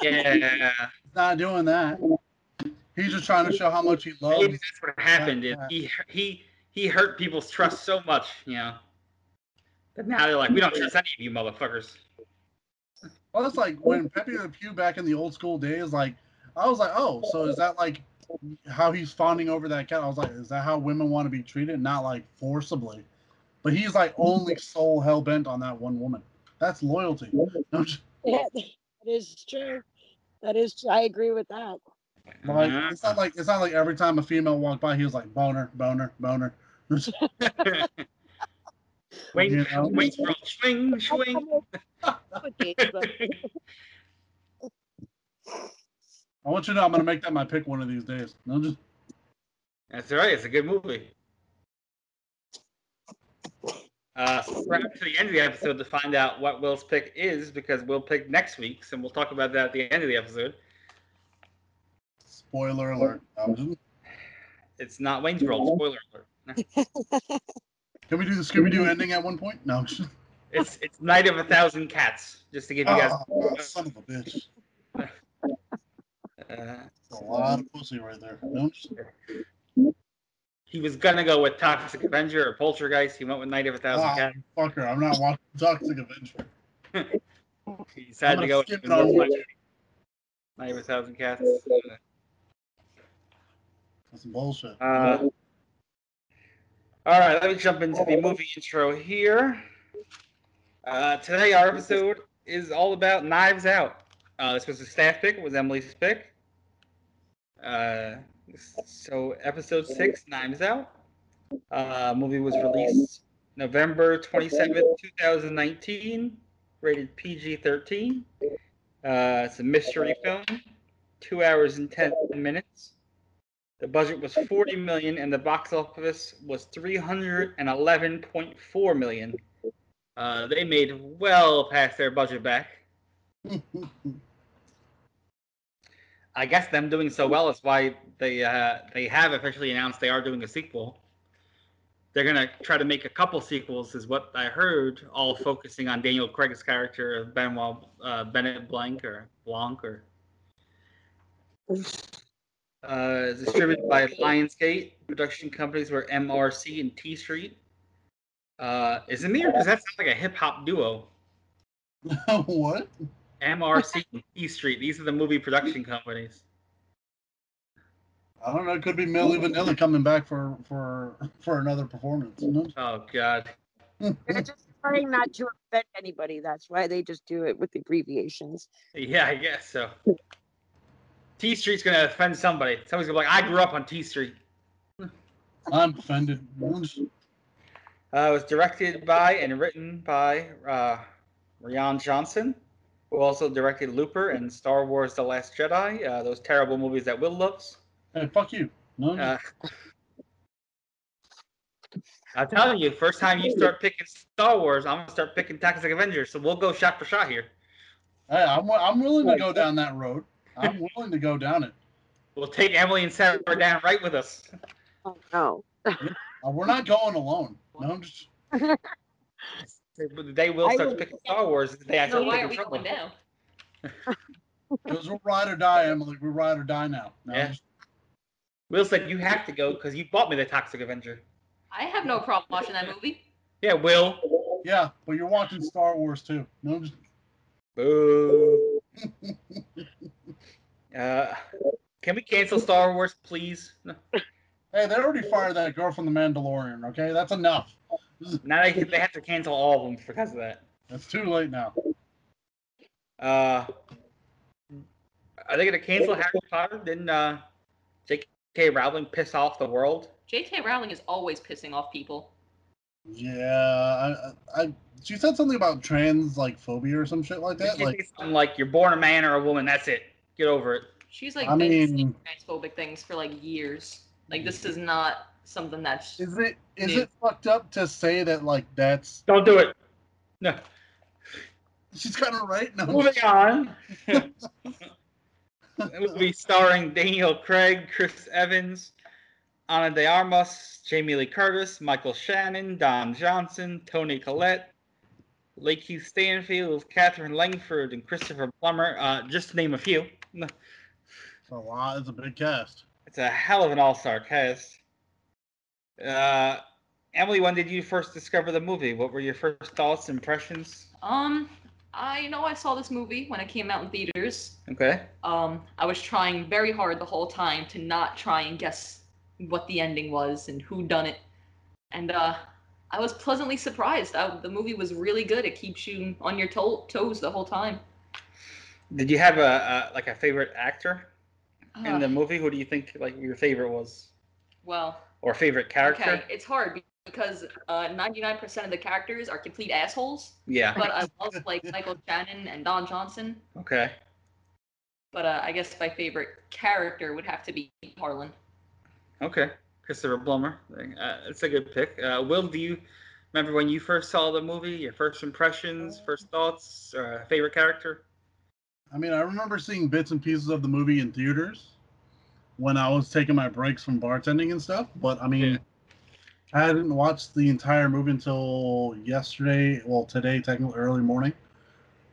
Yeah. He's not doing that. He's just trying to show how much he Maybe loves. that's what happened. Is he he he hurt people's trust so much, you know. But now they're like, we don't trust any of you motherfuckers. Well, it's like when Pepe Le Pew back in the old school days, like I was like, oh, so is that like how he's fawning over that cat? I was like, is that how women want to be treated? Not like forcibly, but he's like only soul hell bent on that one woman. That's loyalty. No, j- Yeah, that is true. That is. I agree with that. like, it's not like it's not like every time a female walked by, he was like boner, boner, boner. Wait, You know? wait for a swing, swing. Complicated, but I want you to know I'm gonna make that my pick one of these days. No, just That's all right. It's a good movie. Uh, subscribe to the end of the episode to find out what Will's pick is because we'll pick next week's and we'll talk about that at the end of the episode. spoiler alert. I was just- It's not Wayne's World. Spoiler alert. Can we do the Scooby Doo ending at one point? No. just- It's it's Night of a Thousand Cats. Just to give you guys. Oh, son of a bitch. Uh, That's a lot of pussy right there. No, just- he was gonna go with Toxic Avenger or Poltergeist. He went with Night of a Thousand Ah, Cats. fucker, I'm not watching Toxic Avenger. He decided to I'm go gonna with skip it all. Night of a Thousand Cats. That's some bullshit. Uh, all right, let me jump into the movie intro here. Uh, today, our episode is all about Knives Out. Uh, this was a staff pick, it was Emily's pick. Uh, so, episode six, Knives Out. Uh, movie was released November 27th, 2019, rated PG 13. Uh, it's a mystery film, two hours and 10 minutes. The budget was 40 million and the box office was 311.4 million. Uh, they made well past their budget back. I guess them doing so well is why they uh, they have officially announced they are doing a sequel. They're gonna try to make a couple sequels, is what I heard. All focusing on Daniel Craig's character of Benoit uh, Bennett Blanc or Blanc or. Uh, distributed by Lionsgate. Production companies were MRC and T Street. Uh, is it me or does that sound like a hip hop duo? what? MRC and T Street. These are the movie production companies. I don't know. It could be Millie Vanilli coming back for for for another performance. No, Oh God. they're just trying not to offend anybody. That's why they just do it with abbreviations. Yeah, I guess so. T Street's gonna offend somebody. Somebody's gonna be like, "I grew up on T Street." I'm offended. No, just- Uh, it was directed by and written by uh, Rian Johnson, who also directed Looper and Star Wars: The Last Jedi. Uh, those terrible movies that Will loves. Hey, fuck you. No, Uh, I'm telling you, first time you start picking Star Wars, I'm gonna start picking Toxic Avengers. So we'll go shot for shot here. Uh, hey, I'm wi- I'm willing to go down that road. I'm willing to go down it. We'll take Emily and Sarah down right with us. Oh no. Uh, we're not going alone. No, I'm just The day Will I starts will- picking Star Wars, is the day I So start why are picking we Star going Wars. down? because we're ride or die, Emily. We're ride or die now. No, I'm Yeah. just- Will said you have to go because you bought me the Toxic Avenger. I have no problem watching that movie. Yeah, Will. yeah, but you're watching Star Wars too. No, I'm just- Boo. uh, can we cancel Star Wars, please? No. hey, they already fired that girl from The Mandalorian. Okay, that's enough. Now they, they have to cancel all of them because of that. It's too late now. Uh, are they gonna cancel Harry Potter? Didn't uh, J.K. Rowling piss off the world? J.K. Rowling is always pissing off people. Yeah, I, I she said something about trans like phobia or some shit like Did that. she Like, say something like you're born a man or a woman? That's it. Get over it. She's like I been mean- saying transphobic things for like years. Like this is not something that's is it is Yeah. it fucked up to say that like that's Don't do it. No. she's kind of right? No, Moving on. it will be starring Daniel Craig, Chris Evans, Ana de Armas, Jamie Lee Curtis, Michael Shannon, Don Johnson, Tony Collette, Lakeith Stanfield, Catherine Langford, and Christopher Plummer, uh, just to name a few. it's a lot. It's a big cast. It's a hell of an all-star cast. Uh, Emily, when did you first discover the movie? What were your first thoughts, impressions? um I know I saw this movie when it came out in theaters. Okay. Um, I was trying very hard the whole time to not try and guess what the ending was and who done it. And uh, I was pleasantly surprised. I, the movie was really good. It keeps you on your to- toes the whole time. Did you have a, a like a favorite actor Ah, in the movie? Who do you think like your favorite was, well, or favorite character? okay, it's hard be- because uh, 99% of the characters are complete assholes. Yeah. But I love like Michael Shannon and Don Johnson. Okay. But uh, I guess my favorite character would have to be Harlan. Okay. Christopher Plummer. Uh, it's a good pick. Uh, Will, do you remember when you first saw the movie? Your first impressions, first thoughts, uh, favorite character? I mean, I remember seeing bits and pieces of the movie in theaters when I was taking my breaks from bartending and stuff. But I mean, Yeah. I hadn't watched the entire movie until yesterday. Well, today, technically, early morning.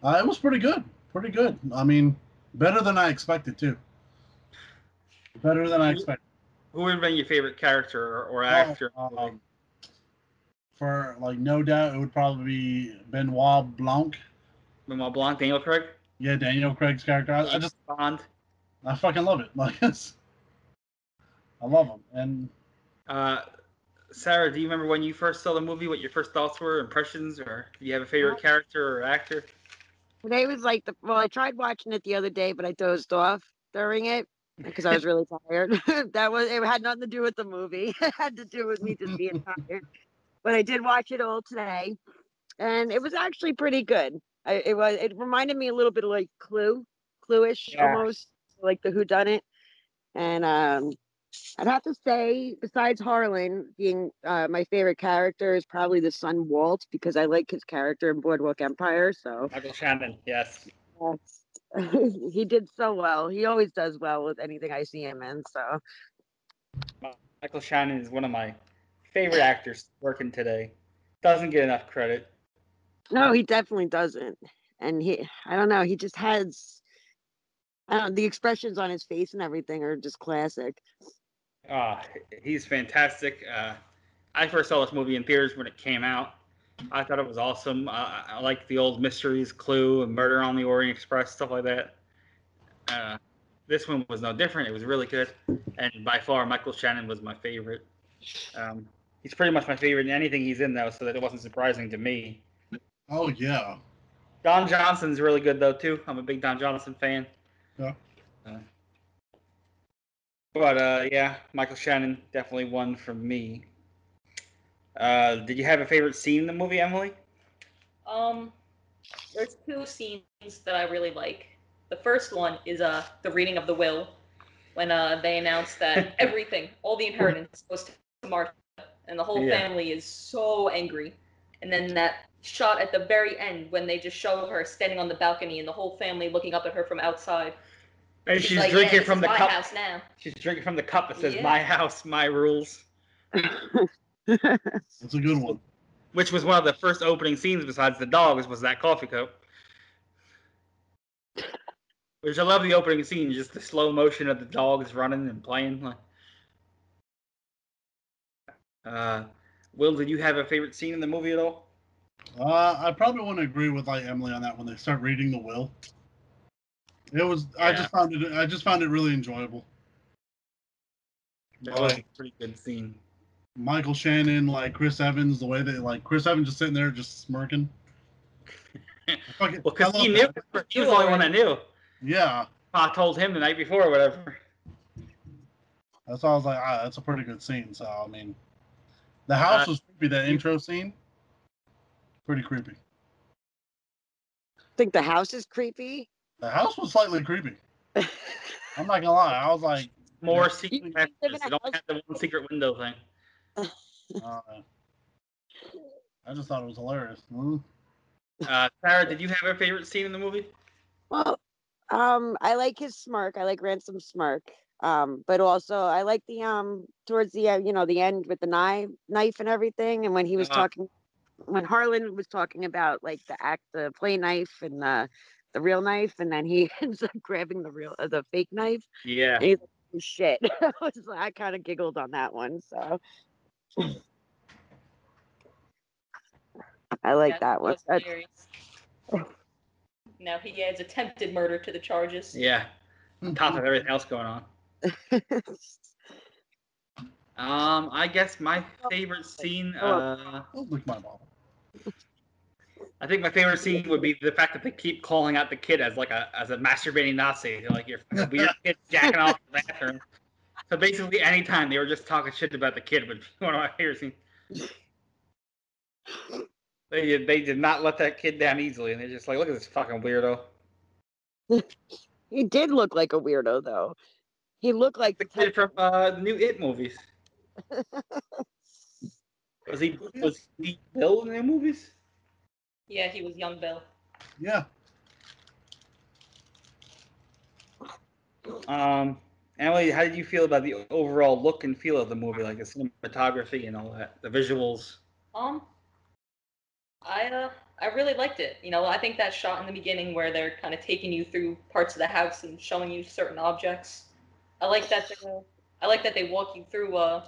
Uh, it was pretty good. Pretty good. I mean, better than I expected, too. Better than I expected. Who would have been your favorite character or, or Oh, actor? um, for, like, no doubt, it would probably be Benoit Blanc. Benoit Blanc, Daniel Craig, Yeah, Daniel Craig's character. I, I just Bond. I fucking love it. Like it's, I love them. And Uh, Sarah, do you remember when you first saw the movie? What your first thoughts were, impressions, or do you have a favorite character or actor? Today was like the well, I tried watching it the other day, but I dozed off during it because I was really tired. that was it had nothing to do with the movie. it had to do with me just being tired. But I did watch it all today, and it was actually pretty good. I, it was it reminded me a little bit of like Clue, Cluish Yeah. almost like the Who Done It, and um. I'd have to say, besides Harlan being uh, my favorite character, is probably the son Walt because I like his character in Boardwalk Empire. So Michael Shannon. Yes. Yes. he did so well. He always does well with anything I see him in. So Michael Shannon is one of my favorite actors working today. Doesn't get enough credit. no, he definitely doesn't. And he, I don't know, he just has, I don't know, the expressions on his face and everything are just classic. Uh, he's fantastic. Uh, I first saw this movie in theaters when it came out. I thought it was awesome. I, I like the old mysteries, Clue, and Murder on the Orient Express, stuff like that. Uh, this one was no different. It was really good, and by far, Michael Shannon was my favorite. Um, he's pretty much my favorite in anything he's in, though, so that it wasn't surprising to me. oh yeah, Don Johnson's really good though too. I'm a big Don Johnson fan. Yeah. Uh, but uh, yeah, Michael Shannon definitely won for me. Uh, did you have a favorite scene in the movie, Emily? Um, there's two scenes that I really like. The first one is uh the reading of the will, when uh they announce that everything, all the inheritance, goes to Martha, and the whole Yeah. family is so angry. And then that shot at the very end when they just show her standing on the balcony and the whole family looking up at her from outside. And She's she's like, drinking "Yeah, this from is the my cup. house now. She's drinking from the cup that says Yeah. "My house, my rules," that's a good one. which was one of the first opening scenes besides the dogs was that coffee cup. Which I love the opening scene, just the slow motion of the dogs running and playing. like- Uh, Will, did you have a favorite scene in the movie at all? Uh, I probably wouldn't agree with like Emily on that when they start reading the will. It was I Yeah. just found it I just found it really enjoyable. That was a pretty good scene. Michael Shannon, like Chris Evans, the way they like Chris Evans just sitting there just smirking. I fucking- Well, I because he love knew, that. he was the only one that knew. Yeah, I told him the night before or whatever. that's why I was like, ah, that's a pretty good scene. So I mean, the house Uh, was creepy. That intro scene, pretty creepy. think the house is creepy. The house was slightly creepy. I'm not gonna lie. I was like, More Yeah. secret live in passages. a They don't house- have the one secret window thing. uh, I just thought it was hilarious. Hmm. Uh, Sarah, did you have a favorite scene in the movie? Well, um, I like his smirk. I like Ransom smirk. Um, but also I like the um towards the end, you know, the end with the knife, knife and everything. And when he was Uh-huh. talking, when Harlan was talking about like the act, the play knife and the the real knife, and then he ends up grabbing the real, uh, the fake knife. Yeah. And he's like, "Oh, shit, I, was like- I kind of giggled on that one. So I like Yeah, that one. that's That's- hilarious. Now he adds attempted murder to the charges. Yeah. On top of everything else going on. Um, I guess my favorite scene. Uh, Don't lick my mom. I think my favorite scene would be the fact that they keep calling out the kid as like a as a masturbating Nazi. They're like, "You're a weird kid jacking off in the bathroom." So basically, anytime they were just talking shit about the kid, would be one of my favorite scenes. They did, they did not let that kid down easily, and they're just like, "Look at this fucking weirdo." He did look like a weirdo, though. He looked like The kid from uh, the new It movies. Was he was he Bill in the movies? Yeah, he was young Bill. Yeah. Um, Emily, how did you feel about the overall look and feel of the movie, like the cinematography and all that, the visuals? Um, I uh, I really liked it. You know, I think that shot in the beginning where they're kind of taking you through parts of the house and showing you certain objects. I like that. They, I like that they walk you through. Uh,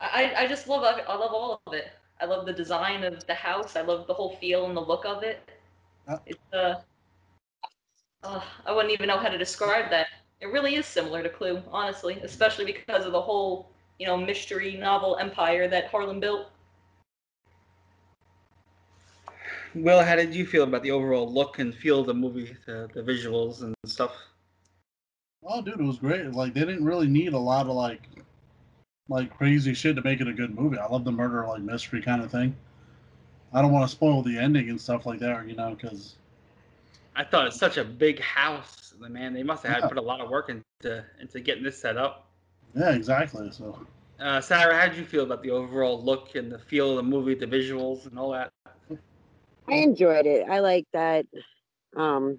I I just love I love all of it. I love the design of the house. I love the whole feel and the look of it. Uh. It's uh, uh, I wouldn't even know how to describe that. It really is similar to Clue, honestly, especially because of the whole you know, mystery novel empire that Harlan built. Will, how did you feel about the overall look and feel of the movie, the, the visuals and stuff? Oh, dude, it was great. Like they didn't really need a lot of like, like crazy shit to make it a good movie. I love the murder like mystery kind of thing. I don't want to spoil the ending and stuff like that, you know, because I thought it's such a big house. Like, Man, they must have had to Yeah. put a lot of work into into getting this set up. yeah, exactly. So Uh, Sarah, how did you feel about the overall look and the feel of the movie, the visuals and all that? I enjoyed it. I like that. Um,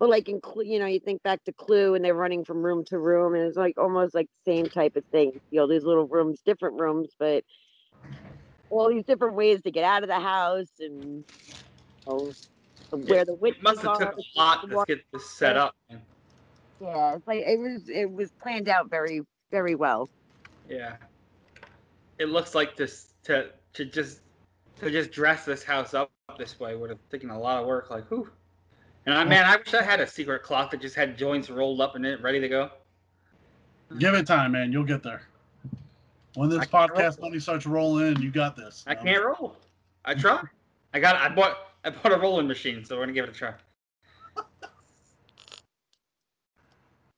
but like in Clue, you know, you think back to Clue and they're running from room to room, and it's like almost like the same type of thing. You know, these little rooms, different rooms, but all these different ways to get out of the house and you know, where the It witches must have are. took a lot to get this set up. man. Yeah, it's like it was it was planned out very very well. Yeah. It looks like this to to just to just dress this house up this way would have taken a lot of work. Like who? And I man, I wish I had a secret clock that just had joints rolled up in it, ready to go. give it time, man. You'll get there. When this I can't podcast roll. money starts rolling in, you got this. I Um, can't roll. I tried. I got. I bought. I bought a rolling machine, so we're gonna give it a try.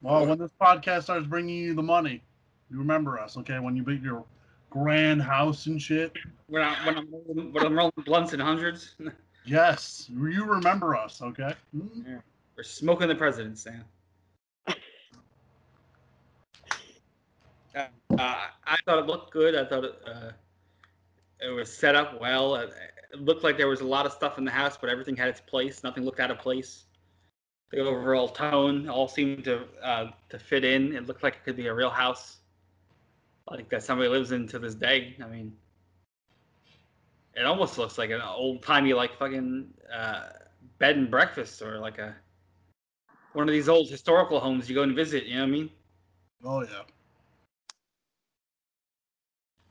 Well, when this podcast starts bringing you the money, you remember us, okay? When you beat your grand house and shit, When I when I'm rolling, when I'm rolling blunts and hundreds, yes, you remember us, okay? Mm. we're smoking the president, Sam. Uh, I thought it looked good. I thought it, uh, it was set up well. It, it looked like there was a lot of stuff in the house, but everything had its place. Nothing looked out of place. The overall tone all seemed to uh, to fit in. It looked like it could be a real house, like that somebody lives in to this day. I mean, it almost looks like an old timey like fucking uh, bed and breakfast or like a one of these old historical homes you go and visit. You know what I mean? Oh yeah.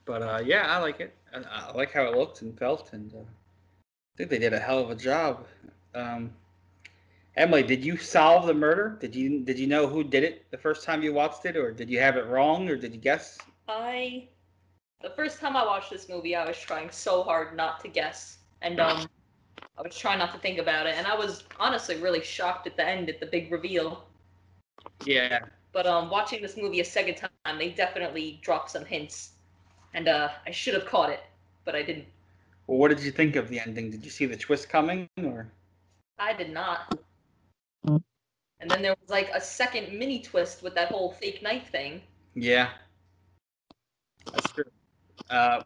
But uh, yeah, I like it. I, I like how it looked and felt, and uh, I think they did a hell of a job. Um, Emily, did you solve the murder? Did you did you know who did it the first time you watched it, or did you have it wrong, or did you guess? I, the first time I watched this movie, I was trying so hard not to guess, and um, I was trying not to think about it, and I was honestly really shocked at the end at the big reveal. Yeah, But um, watching this movie a second time, they definitely dropped some hints, and uh, I should have caught it, but I didn't. Well, what did you think of the ending? Did you see the twist coming, or I did not. And then there was like a second mini twist with that whole fake knife thing. yeah? That's true. Uh,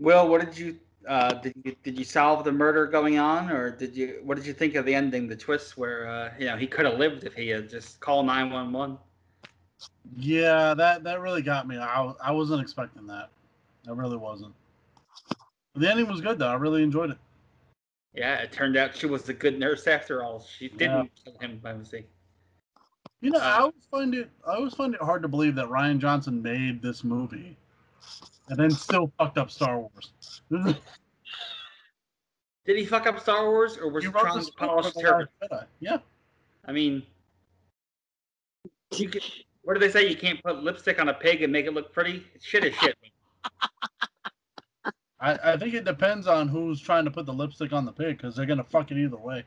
Will, what did you uh, did you did you solve the murder going on, or did you what did you think of the ending, the twist where uh, you know he could have lived if he had just called nine one one? Yeah, that that really got me. I I wasn't expecting that. I really wasn't. The ending was good though. I really enjoyed it. Yeah, it turned out she was the good nurse after all. She Yeah. didn't kill him by mistake. You know, I Uh, always find it I always find it hard to believe that Ryan Johnson made this movie and then still fucked up Star Wars. Did he fuck up Star Wars, or was He he wrote the trying to script for polish the turd? Last Jedi. Yeah, I mean, you can, what do they say? You can't put lipstick on a pig and make it look pretty. Shit is shit. I, I think it depends on who's trying to put the lipstick on the pig because they're gonna fuck it either way.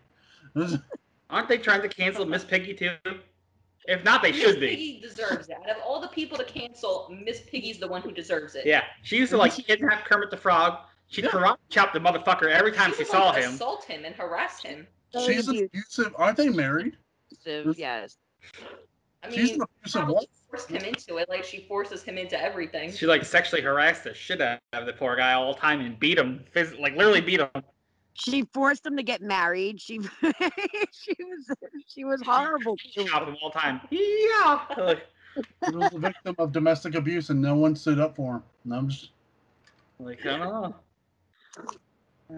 Aren't they trying to cancel Miss Piggy too? If not, they Miss should be. Piggy deserves it. Out of all the people to cancel, Miss Piggy's the one who deserves it. Yeah, she used to like kidnap Kermit the Frog. She Yeah. karate chopped the motherfucker every time she would, saw like, him. Assault him and harass him. So She's an abusive. Aren't they married? abusive, yes. I She's mean, an abusive probably wife. forced him into it. Like she forces him into everything. She like sexually harassed the shit out of the poor guy all the time and beat him, phys- like literally beat him. She forced him to get married. She she was she was horrible. to him. Chopped him all the time. Yeah. Like, He was a victim of domestic abuse and no one stood up for him. And I'm just Like, I don't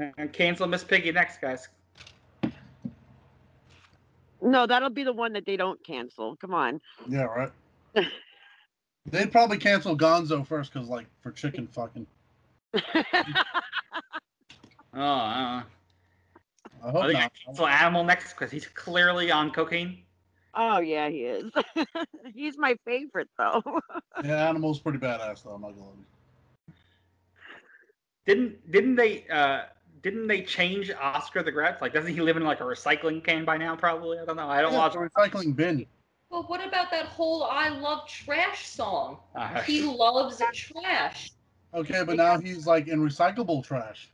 know. And cancel Miss Piggy next, guys. No, that'll be the one that they don't cancel. Come on. yeah, right. They'd probably cancel Gonzo first because like for chicken fucking. Oh, I I don't know. Are hope they not. gonna cancel Animal next because he's clearly on cocaine. Oh yeah, he is. He's my favorite though. Yeah, animal's pretty badass though. I'm not gonna lie. Didn't didn't they uh didn't they change Oscar the Grouch? Like, doesn't he live in like a recycling can by now? Probably. I don't know. I don't Yeah, watch. it's a recycling bin. Well, what about that whole "I Love Trash" song? Uh, He loves trash. Okay, but now he's like in recyclable trash.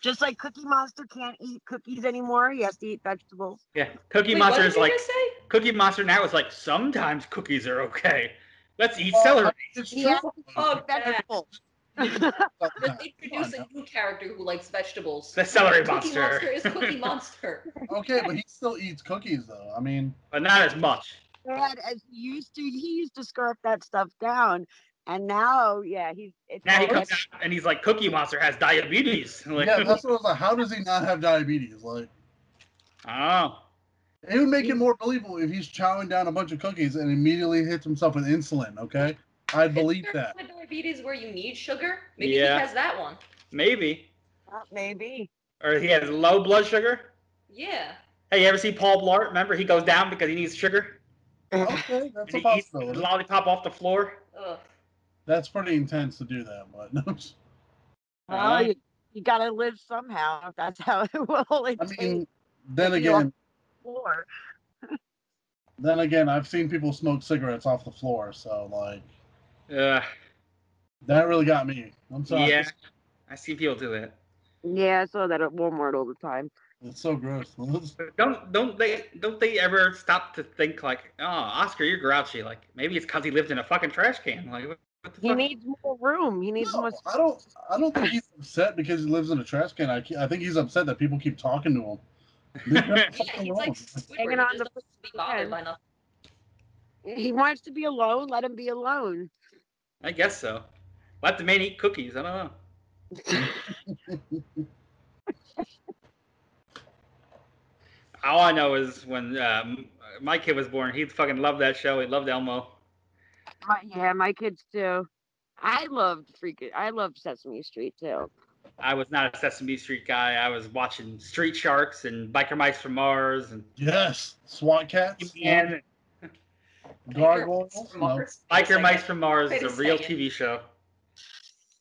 Just like Cookie Monster can't eat cookies anymore. He has to eat vegetables. yeah, Cookie Wait, what Monster did is you like just say? Cookie Monster now is like sometimes cookies are okay. Let's eat Oh, celery. It's true. Yeah. Oh, yeah. Vegetables. Let's introduce a new character who likes vegetables. The celery Cookie monster. Monster is Cookie Monster. okay, but he still eats cookies though. I mean, but not as much. God, as he used to, he used to scarf that stuff down, and now, yeah, he's it's Now he all comes veg- out and he's like, Cookie Monster has diabetes. Like, yeah, that's what I was like. How does he not have diabetes? Like, oh. it would make it more believable if he's chowing down a bunch of cookies and immediately hits himself with insulin. Okay, I believe Is there that. a kind of diabetes where you need sugar? Maybe Yeah. he has that one. Maybe. Uh, maybe. Or he has low blood sugar. Yeah. Hey, you ever see Paul Blart? Remember he goes down because he needs sugar? Okay, that's a and he eats a possibility. lollipop off the floor? Ugh. That's pretty intense to do that, but Well, Uh, you, you gotta live somehow. If that's how it will only I take mean, then Maybe you'll- again, four. then again, I've seen people smoke cigarettes off the floor, so like uh, that really got me. I'm sorry. yeah. I see people do that. Yeah, I saw that at Walmart all the time. It's so gross. But don't don't they don't they ever stop to think like, oh, Oscar, you're grouchy. Like maybe it's because he lived in a fucking trash can. Like what what the He fuck? needs more room. He needs No, more. I don't. I don't think he's upset because he lives in a trash can. I, ke- I think he's upset that people keep talking to him. Leave him Yeah, fucking he's like alone. squidward. He Hanging on just the doesn't be bothered fence. by nothing. He wants to be alone. Let him be alone. I guess so. Let the man eat cookies. I don't know. All I know is when um, my kid was born, he fucking loved that show. He loved Elmo. My, yeah, my kids too. I loved freaking. I loved Sesame Street too. I was not a Sesame Street guy. I was watching Street Sharks and Biker Mice from Mars and yes, SWAT cats, and gargoyles. From No. Mars. Biker Mice from Mars Wait is a a real second. TV show.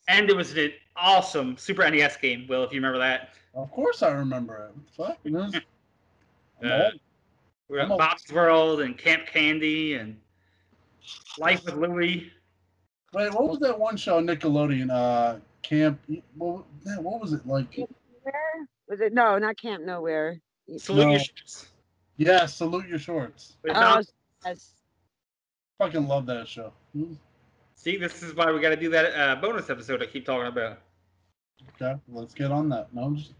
And it was an awesome Super NES game, Will, if you remember that. Of course, I remember it. Fuck. this- I'm Uh, old. we were at I'm old. Bob's World and Camp Candy and Life with Louie. Wait, what was that one show on Nickelodeon? Uh, Camp. What, man, what was it like? Where was it? No, not Camp Nowhere. Salute No. your ships. Yeah, salute your shorts. With Oh, Don- yes. Fucking love that show. See, this is why we got to do that uh, bonus episode I keep talking about. Okay, let's get on that. No, I'm just-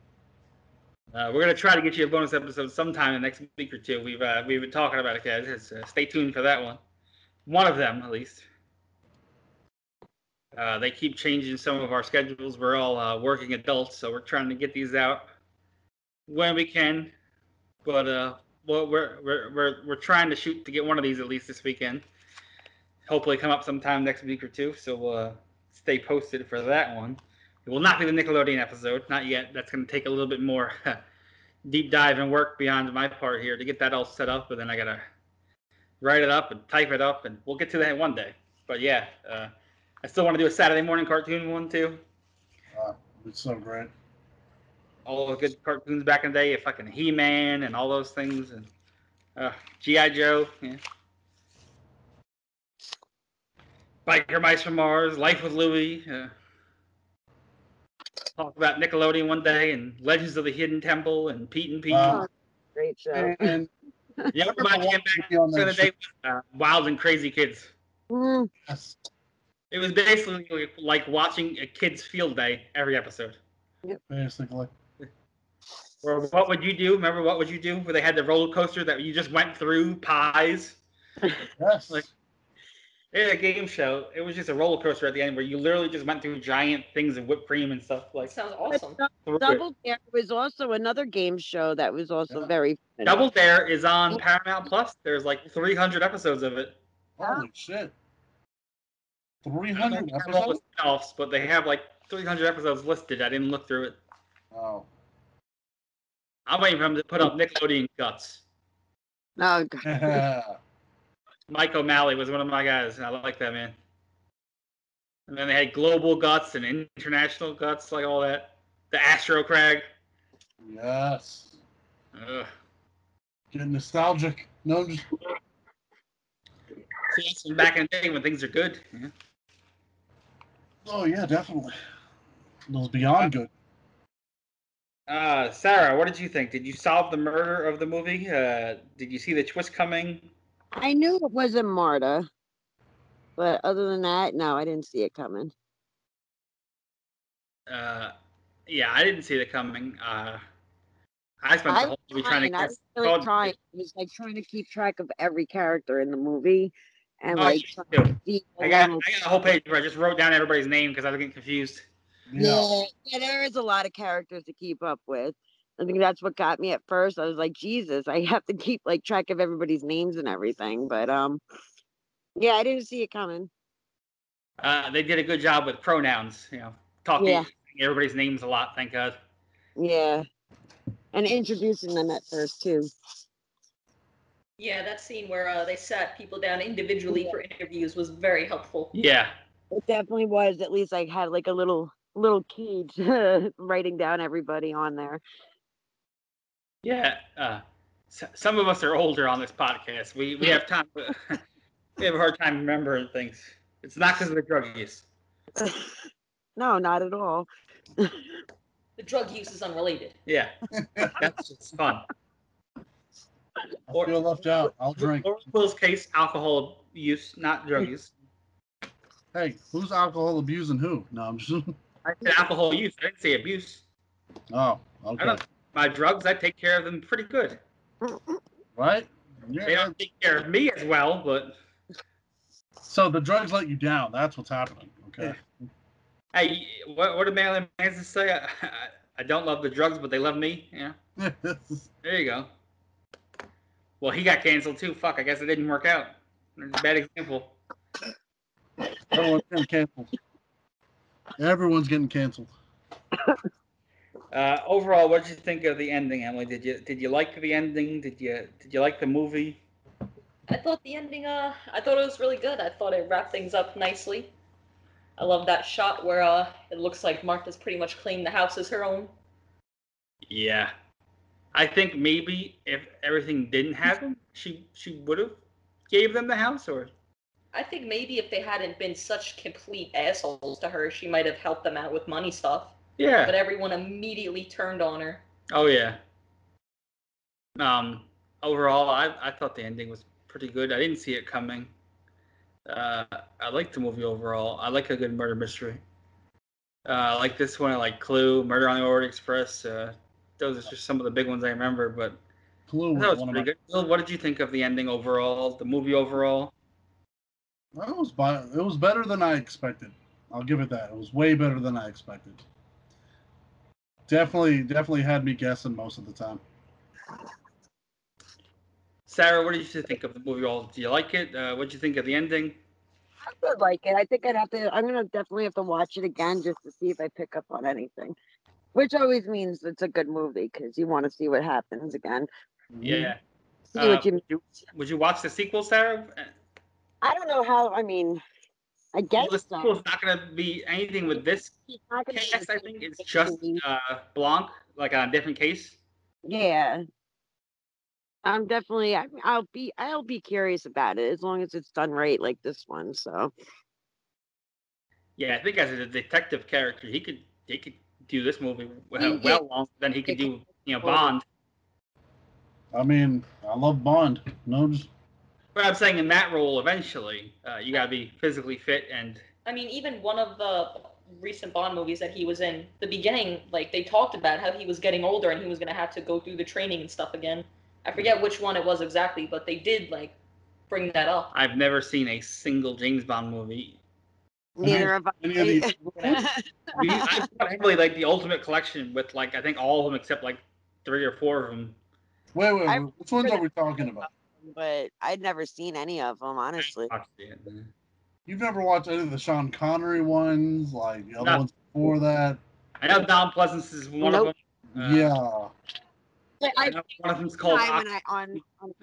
Uh, we're gonna try to get you a bonus episode sometime in the next week or two. We've uh, we've been talking about it, guys. It's, uh, stay tuned for that one. One of them, at least. Uh, they keep changing some of our schedules. We're all uh, working adults, so we're trying to get these out when we can. But uh, well, we're we're we're we're trying to shoot to get one of these at least this weekend. Hopefully, come up sometime next week or two. So uh, stay posted for that one. It will not be the Nickelodeon episode, not yet. That's going to take a little bit more uh, deep dive and work beyond my part here to get that all set up. But then I got to write it up and type it up, and we'll get to that one day. But yeah, uh, I still want to do a Saturday morning cartoon one too. Uh, it's so great. All the good cartoons back in the day, fucking He Man and all those things, and uh, G.I. Joe, yeah. Biker Mice from Mars, Life with Louie. Uh, talk about Nickelodeon one day and Legends of the Hidden Temple and Pete and Pete. Wow. Great show. And, and you know, I my remember jam back watching on to the that show. day was, uh, Wild and Crazy Kids. Mm, Yes. It was basically like watching a kid's field day every episode. basically. Or what would you do? Remember what would you do? Where they had the roller coaster that you just went through pies. Yes. Like- It was a game show. It was just a roller coaster at the end where you literally just went through giant things of whipped cream and stuff like That sounds awesome. through it. Double Dare was also another game show that was also Yeah. very fun. Double Dare is on Paramount Plus. There's like 300 episodes of it. Holy shit. Three I don't hundred remember all episodes. the spin-offs, but they have like 300 episodes listed. I didn't look through it. Wow. I'm waiting for them to put up Nickelodeon Guts. Oh, God. Yeah. Mike O'Malley was one of my guys, and I like that man. And then they had Global Guts and International Guts, like all that. The Astro Crag. yes. Ugh. Get nostalgic. No, I'm just- See, that's from back in the day when things are good. Yeah. oh yeah, definitely. Those beyond good. Uh, Sarah, what did you think? Did you solve the murder of the movie? Uh, did you see the twist coming? I knew it wasn't Marta, but other than that, no, I didn't see it coming. Uh, yeah, I didn't see it coming. Uh, I spent I the whole movie trying to I guess. was really God. trying. It was like trying to keep track of every character in the movie and Oh, like shit, trying too. to see I got, I along- got a whole page where I just wrote down everybody's name because I was getting confused. Yeah. yeah, there is a lot of characters to keep up with. I think that's what got me at first. I was like, Jesus, I have to keep like track of everybody's names and everything. But um, yeah, I didn't see it coming. Uh, they did a good job with pronouns, you know, talking Yeah. everybody's names a lot, thank God. Yeah, and introducing them at first too. Yeah, that scene where uh, they sat people down individually for interviews was very helpful. Yeah. It definitely was. At least I had like a little little cage writing down everybody on there. Yeah. Uh, s- some of us are older on this podcast. We, we have time, we have a hard time remembering things. It's not because of the drug use. No, not at all. The drug use is unrelated. Yeah. That's just fun. I Or- feel left out. I'll drink. Or Will's case, alcohol use, not drug use. Hey, who's alcohol abusing who? No, I'm just. I said alcohol use. I didn't say abuse. Oh, okay. don't- My drugs, I take care of them pretty good. Right. They Yeah. don't take care of me as well, but So the drugs let you down. That's what's happening. Okay. hey, what, what did Marilyn Manson say? I, I, I don't love the drugs, but they love me. Yeah, there you go. Well, he got canceled too. Fuck, I guess it didn't work out. There's a bad example. Everyone's getting canceled. Everyone's getting canceled. Uh, overall, what did you think of the ending, Emily? Did you did you like the ending? Did you did you like the movie? I thought the ending, uh, I thought it was really good. I thought it wrapped things up nicely. I love that shot where uh, it looks like Martha's pretty much claimed the house as her own. Yeah, I think maybe if everything didn't happen, she she would have gave them the house or I think maybe if they hadn't been such complete assholes to her, she might have helped them out with money stuff. yeah. But everyone immediately turned on her. Oh yeah. Um. Overall, I I thought the ending was pretty good. I didn't see it coming. Uh, I like the movie overall. I like a good murder mystery. Uh, I like this one. I like Clue, Murder on the Orient Express. Uh, those are just some of the big ones I remember. But Clue that was was one of pretty my. good. Bill, what did you think of the ending overall? The movie overall? That was by, it was better than I expected. I'll give it that. It was way better than I expected. Definitely, definitely had me guessing most of the time. Sarah, what did you think of the movie overall? Do you like it? Uh, what did you think of the ending? I would like it. I think I'd have to. I'm gonna definitely have to watch it again just to see if I pick up on anything, which always means it's a good movie because you want to see what happens again. Yeah. See Uh, what you. Would you watch the sequel, Sarah? I don't know how. I mean, I Well, guess the so. sequel's not going to be anything with this It's not gonna be case. the I same think it's thing. just uh, Blanc, like on a different case. Yeah. I'm definitely I, I'll be I'll be curious about it as long as it's done right like this one. So Yeah, I think as a detective character, he could he could do this movie well, did. well longer than he could do you know Bond. I mean, I love Bond. No, just, But I'm saying in that role, eventually, uh, you got to be physically fit and I mean, even one of the recent Bond movies that he was in, the beginning, like they talked about how he was getting older and he was gonna have to go through the training and stuff again. I forget which one it was exactly, but they did like bring that up. I've never seen a single James Bond movie. neither of any of these, us. We, I've got really like the Ultimate Collection with like I think all of them except like three or four of them. wait, wait, I- wait, which ones are we talking about? but I'd never seen any of them honestly. Watched it. You've never watched any of the Sean Connery ones, like the other No. ones before that? I know Don Pleasance is one of Nope. them. Uh, yeah. Like, I I know one of them's called. time Ox- when I on, on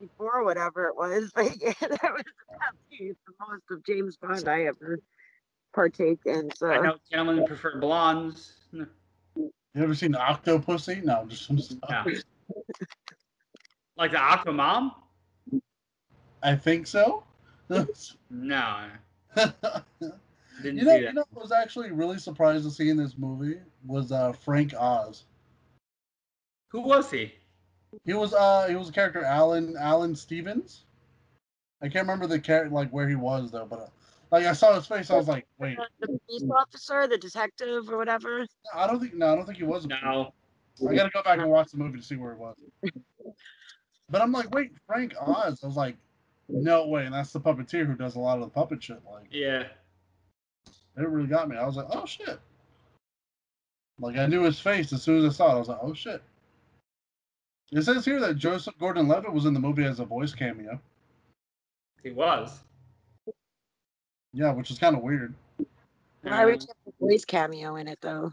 before whatever it was, like yeah, that was probably the most of James Bond I ever partake in. So I know gentlemen prefer blondes. No. You ever seen Octopussy? No, just some stuff. Oh, Like the Aquamom? I think so. you No, didn't know, see that. you know, what was actually really surprised to see in this movie was uh, Frank Oz. Who was he? He was uh he was a character Alan Alan Stevens. I can't remember the character like where he was though, but uh, like I saw his face, I was like, wait, the police officer, the detective, or whatever. I don't think no, I don't think he was. a No, I gotta go back and watch the movie to see where it was. But I'm like, wait, Frank Oz. I was like, no way, and that's the puppeteer who does a lot of the puppet shit. Like, yeah. it really got me. I was like, oh shit. Like I knew his face as soon as I saw it. I was like, oh shit. It says here that Joseph Gordon-Levitt was in the movie as a voice cameo. He was. Yeah, which is kind of weird. Um, Why Mm. would you have a voice cameo in it though?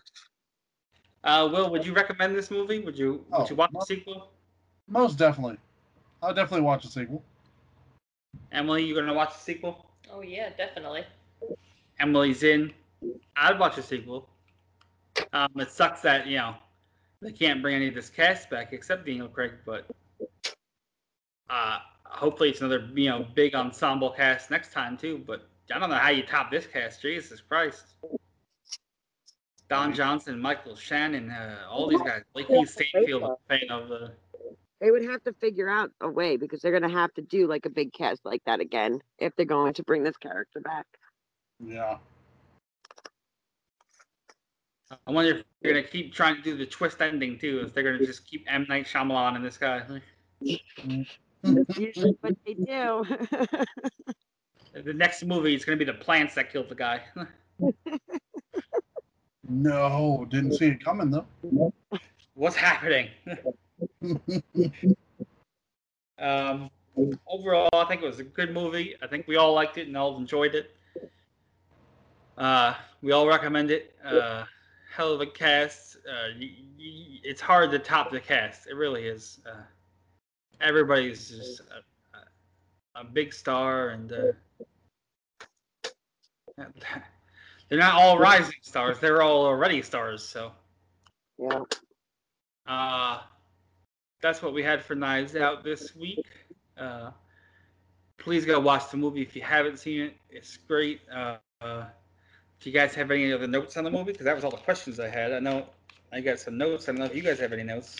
Uh, Will, would you recommend this movie? Would you would Oh, you watch the well- sequel? Most definitely. I'll definitely watch the sequel. Emily, you gonna watch the sequel? Oh yeah, definitely. Emily's in. I'd watch a sequel. Um, it sucks that you know they can't bring any of this cast back except Daniel Craig, but uh, hopefully it's another you know big ensemble cast next time too. But I don't know how you top this cast. Jesus Christ. Don Johnson, Michael Shannon, uh, all these guys. Lakeith Stanfield, was a fan of the. They would have to figure out a way because they're gonna have to do like a big cast like that again if they're going to bring this character back. Yeah. I wonder if they're gonna keep trying to do the twist ending too. If they're gonna just keep M Night Shyamalan in this guy. That's usually what they do. The next movie is gonna be the plants that killed the guy. No, didn't see it coming though. What's happening? um, overall, I think it was a good movie. I think we all liked it and all enjoyed it. Uh, we all recommend it. Uh, hell of a cast. Uh, y- y- it's hard to top the cast. It really is. Uh, everybody's just a, a, a big star, and uh, they're not all rising stars. They're all already stars. So. yeah. Uh, that's what we had for Knives Out this week. Uh, please go watch the movie if you haven't seen it. It's great. Uh, uh, do you guys have any other notes on the movie? Because that was all the questions I had. I know I got some notes. I don't know if you guys have any notes.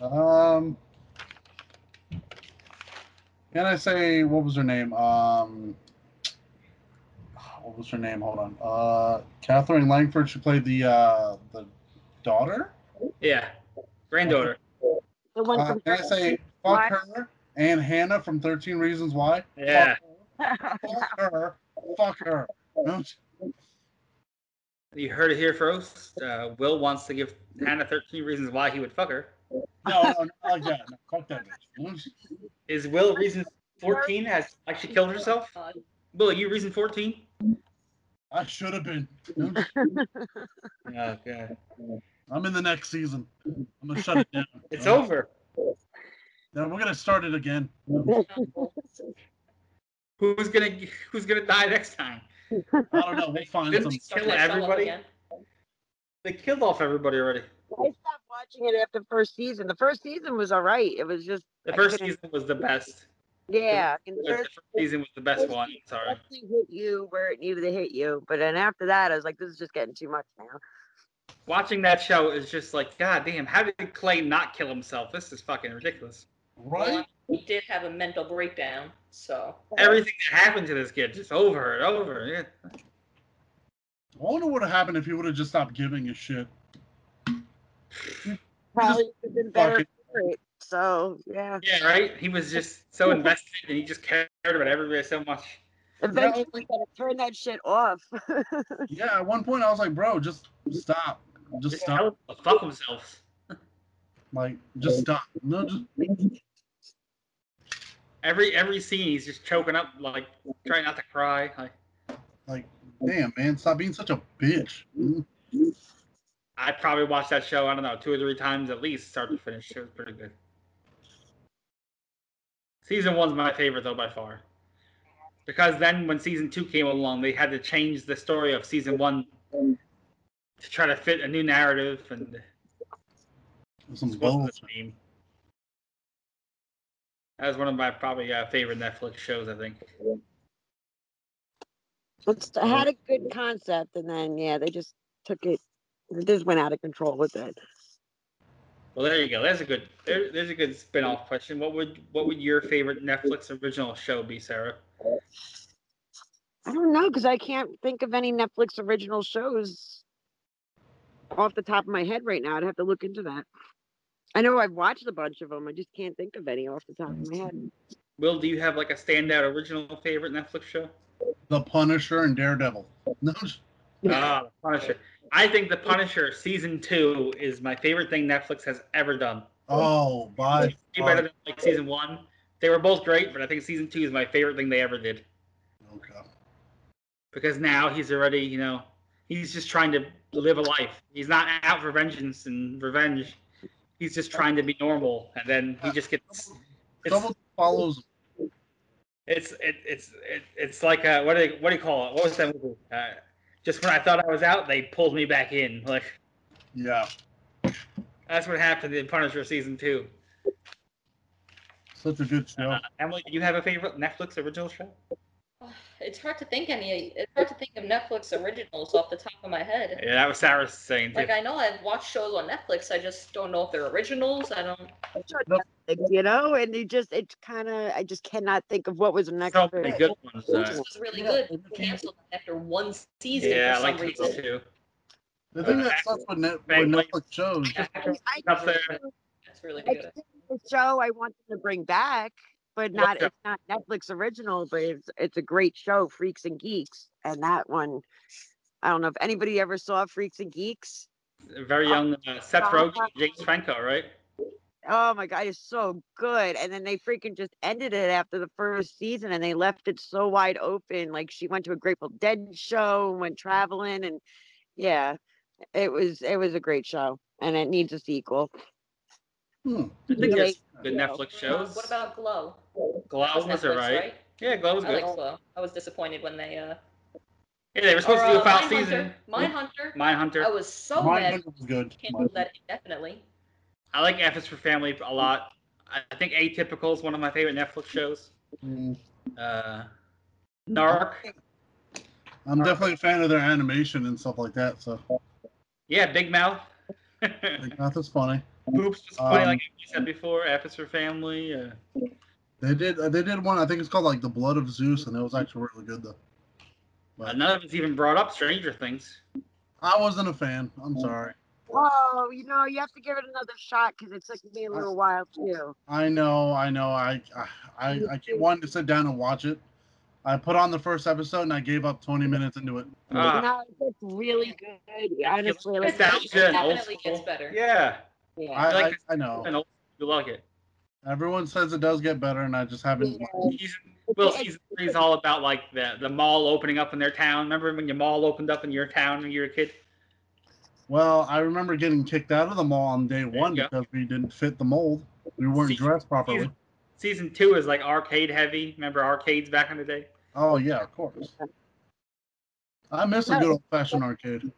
Um Can I say what was her name? Um what was her name? Hold on. Uh Catherine Langford, she played the uh the daughter? Yeah. Granddaughter. The one Uh, from can I say Why? fuck her and Hannah from 13 Reasons Why? Yeah. Fuck her. Fuck her. Don't- You heard it here first. Uh, Will wants to give Hannah 13 reasons why he would fuck her. No, no, not like that. No, fuck that bitch. Is Will reason 14 has like she killed herself? Uh, Well, you reason 14? I should have been. Oh, God. I'm in the next season. I'm gonna shut it down. It's All right. over. Then we're gonna start it again. Who's gonna Who's gonna die next time? I don't know. We'll find Didn't some. we Kill everybody? They killed off everybody already. I stopped watching it after the first season. The first season was all right. It was just The I first couldn't- season was the best. yeah. and The the first first season was the best one. Sorry. definitely hit you where it needed to hit you. But then after that, I was like, this is just getting too much now. Watching that show is just like, God damn, how did Clay not kill himself? This is fucking ridiculous. Right? He did have a mental breakdown, so Everything that happened to this kid, just over and over. Yeah. I wonder what would have happened if you would have just stopped giving a shit. Probably would have been better Fucking- for it. So yeah, Yeah, right? He was just so invested and he just cared about everybody so much. eventually like- gotta turn that shit off. Yeah, at one point I was like, bro, just stop. Just Just stop. tell him to fuck himself. Like, just stop. No, just Every every scene he's just choking up, like trying not to cry. Like like, damn, man, stop being such a bitch. Mm-hmm. I probably watched that show, I don't know, two or three times at least, start to finish. It was pretty good. Season one's my favorite though by far. Because then when season two came along, they had to change the story of season one to try to fit a new narrative and Some It's one of the bullshit. same. That was one of my probably uh, favorite Netflix shows, I think. It's, I had a good concept, and then yeah, they just took it. They just went out of control with it. Well, there you go. That's a good. There, there's a good spin-off question. What would what would your favorite Netflix original show be, Sarah? I don't know because I can't think of any Netflix original shows off the top of my head right now. I'd have to look into that. I know I've watched a bunch of them. I just can't think of any off the top of my head. Will, do you have like a standout original favorite Netflix show? The Punisher and Daredevil. No, just- Ah, The Punisher. I think The Punisher season two is my favorite thing Netflix has ever done. oh, by It's way better far. than like season one. They were both great, but I think season two is my favorite thing they ever did. Okay. because now he's already, you know, he's just trying to live a life. He's not out for vengeance and revenge. He's just trying to be normal, and then he just gets. It's Someone follows. it's it, it's it, it's like uh what do they, what do you call it? What was that movie? Uh, just when I thought I was out, they pulled me back in. Like Yeah. that's what happened in Punisher season two. Uh, Such a good show. Emily, do you have a favorite Netflix original show? it's hard to think any. It's hard to think of Netflix originals off the top of my head. Yeah, that was Sarah's saying too. Like I know I've watched shows on Netflix. I just don't know if they're originals. I don't. You know, and you just it's kind of I just cannot think of what was next. so for many it. good ones. This Uh, was really Yeah, good. it became- Canceled after one season yeah, I for some like reason. these two. The thing that sucks with, Net, with Netflix shows, I Up there. That's really I good. think the show I want them to bring back, What but not show? it's not Netflix original, but it's it's a great show, Freaks and Geeks. And that one, I don't know if anybody ever saw Freaks and Geeks. Very young uh, Seth Uh, Uh-huh. Rogen, James Franco, right? Oh my god, it's so good. And then they freaking just ended it after the first season and they left it so wide open. Like she went to a Grateful Dead show and went traveling and yeah, it was it was a great show and it needs a sequel. I hmm, think Really? there's good Yeah. Netflix Uh, shows. What about Glow? Glow was Netflix, alright. Yeah, Glow was I good. like Glow. I was disappointed when they uh. yeah, they were supposed or, to do uh, a final Mindhunter. season. Mindhunter. Mindhunter. I was so Mine mad. was good. Canceled that indefinitely. I like F is for Family a lot. I I think Atypical is one of my favorite Netflix shows. Hmm. Uh, Narc. I'm definitely a fan of their animation and stuff like that. So Yeah, Big Mouth. like, not this funny. Boops was funny, Um, like I said before. F is for Family. Uh, They did. uh, They did one. I think it's called like the Blood of Zeus, and it was actually really good though. uh, none of it's even brought up Stranger Things. I wasn't a fan. I'm sorry. Whoa, you know, you have to give it another shot because it took me a little while too. I know. I know. I I I, I keep wanting to sit down and watch it. I put on the first episode and I gave up 20 minutes into it. Ah, No, it's really good. Honestly, like, Sounds It good, old definitely gets school. better. yeah, yeah. I, I, like- I know. and old- you like it. Everyone says it does get better, and I just haven't. Yeah. watched it. Season, well, It's- season three is all about like the, the mall opening up in their town. Remember when your mall opened up in your town when you were a kid? Well, I remember getting kicked out of the mall on day one go. because we didn't fit the mold. We weren't See- dressed properly. Season, season two is like arcade heavy. Remember arcades back in the day? Oh yeah, of course. I miss a No. good old fashioned arcade.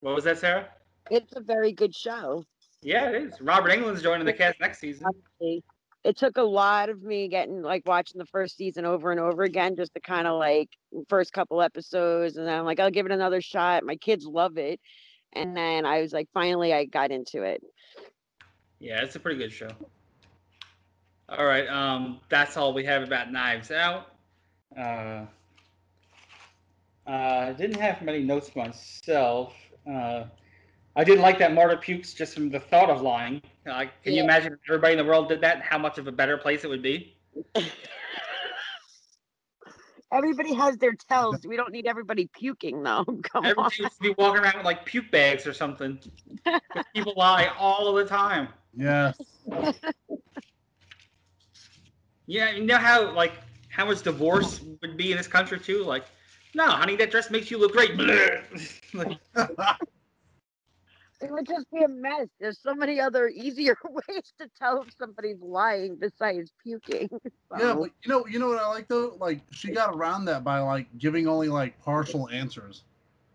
What was that, Sarah? It's a very good show. Yeah, it is. Robert England's joining the cast next season. honestly. It took a lot of me getting like watching the first season over and over again just to kind of like first couple episodes and then I'm like I'll give it another shot. My kids love it. And then I was like finally I got into it. Yeah, it's a pretty good show. All right, um, that's all we have about Knives Out. Uh, I didn't have many notes myself. Uh, I didn't like that Marta pukes just from the thought of lying. Uh, can you Yeah. imagine if everybody in the world did that? How much of a better place it would be? Everybody has their tells. We don't need everybody puking though. Come on. Everybody used to be walking around with like puke bags or something. 'Cause people lie all the time. Yes. Yeah, you know how like how much divorce would be in this country too? Like, no, honey, that dress makes you look great. Like, It would just be a mess. There's so many other easier ways to tell if somebody's lying besides puking. Yeah, So, but you know, you know what I like though. Like she got around that by like giving only like partial answers.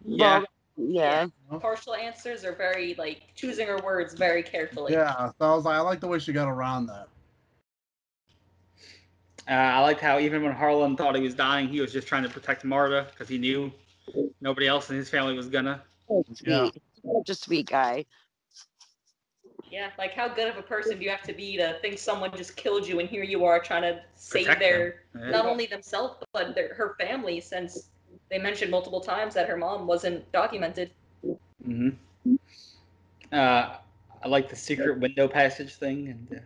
yeah. yeah. Partial answers are very like choosing her words very carefully. Yeah, so I was like, I like the way she got around that. Uh, I liked how even when Harlan thought he was dying, he was just trying to protect Marta because he knew nobody else in his family was gonna. Yeah. Oh, Sweet. Such a sweet guy. Yeah, like how good of a person do you have to be to think someone just killed you and here you are trying to save Protect their them. not only themselves but their her family since they mentioned multiple times that her mom wasn't documented. hmm Uh, I like the secret window passage thing, and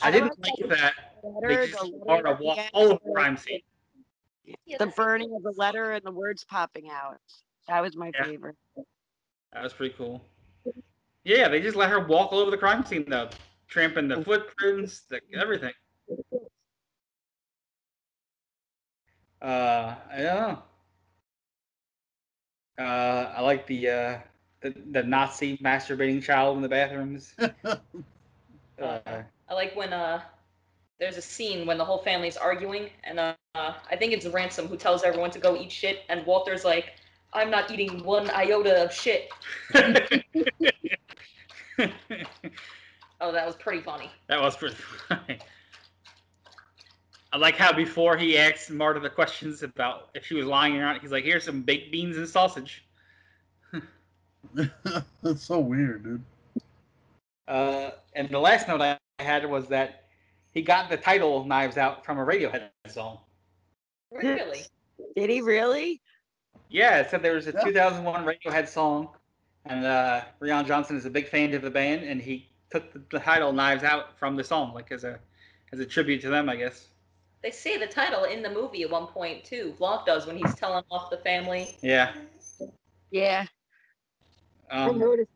uh, I didn't like that they Letter, just the letter Marta at the walked end, all over the- the crime scene. Yeah, the that's- burning of the letter and the words popping out. That was my Yeah. favorite. That was pretty cool. Yeah, they just let her walk all over the crime scene though, tramping the footprints, the, everything. Uh, yeah. Uh, I like the uh, the, the Nazi masturbating child in the bathrooms. uh, I like when uh there's a scene when the whole family's arguing and uh, uh I think it's Ransom who tells everyone to go eat shit and Walter's like I'm not eating one iota of shit. Oh, that was pretty funny. That was pretty funny. I like how before he asked Marta the questions about if she was lying or not, he's like, "Here's some baked beans and sausage." That's so weird, dude. Uh, and the last note I had was that he got the title "Knives Out" from a Radiohead song. Really? Did he really? Yeah, it said there was a Yeah. 2001 Radiohead song, and uh, Rian Johnson is a big fan of the band, and he took the, the title "Knives Out" from the song, like as a as a tribute to them, I guess. They say the title in the movie at one point too. Vlog does when he's telling off the family. Yeah. Yeah. I Um, noticed.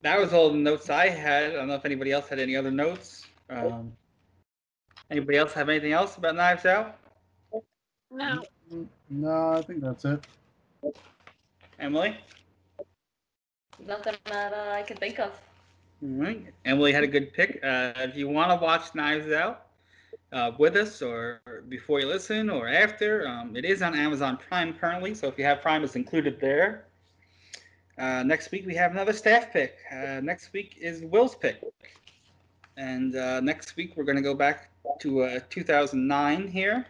that was all the notes I had. I don't know if anybody else had any other notes. Um, anybody else have anything else about Knives Out? No. No, I think that's it. Emily? Nothing that uh, I can think of. All right. Emily had a good pick. Uh, if you want to watch Knives Out uh, with us, or or before you listen, or after, um, it is on Amazon Prime currently. So if you have Prime, it's included there. Uh, next week we have another staff pick. Uh, next week is Will's pick, and uh, next week we're gonna go back to uh, 2009 here,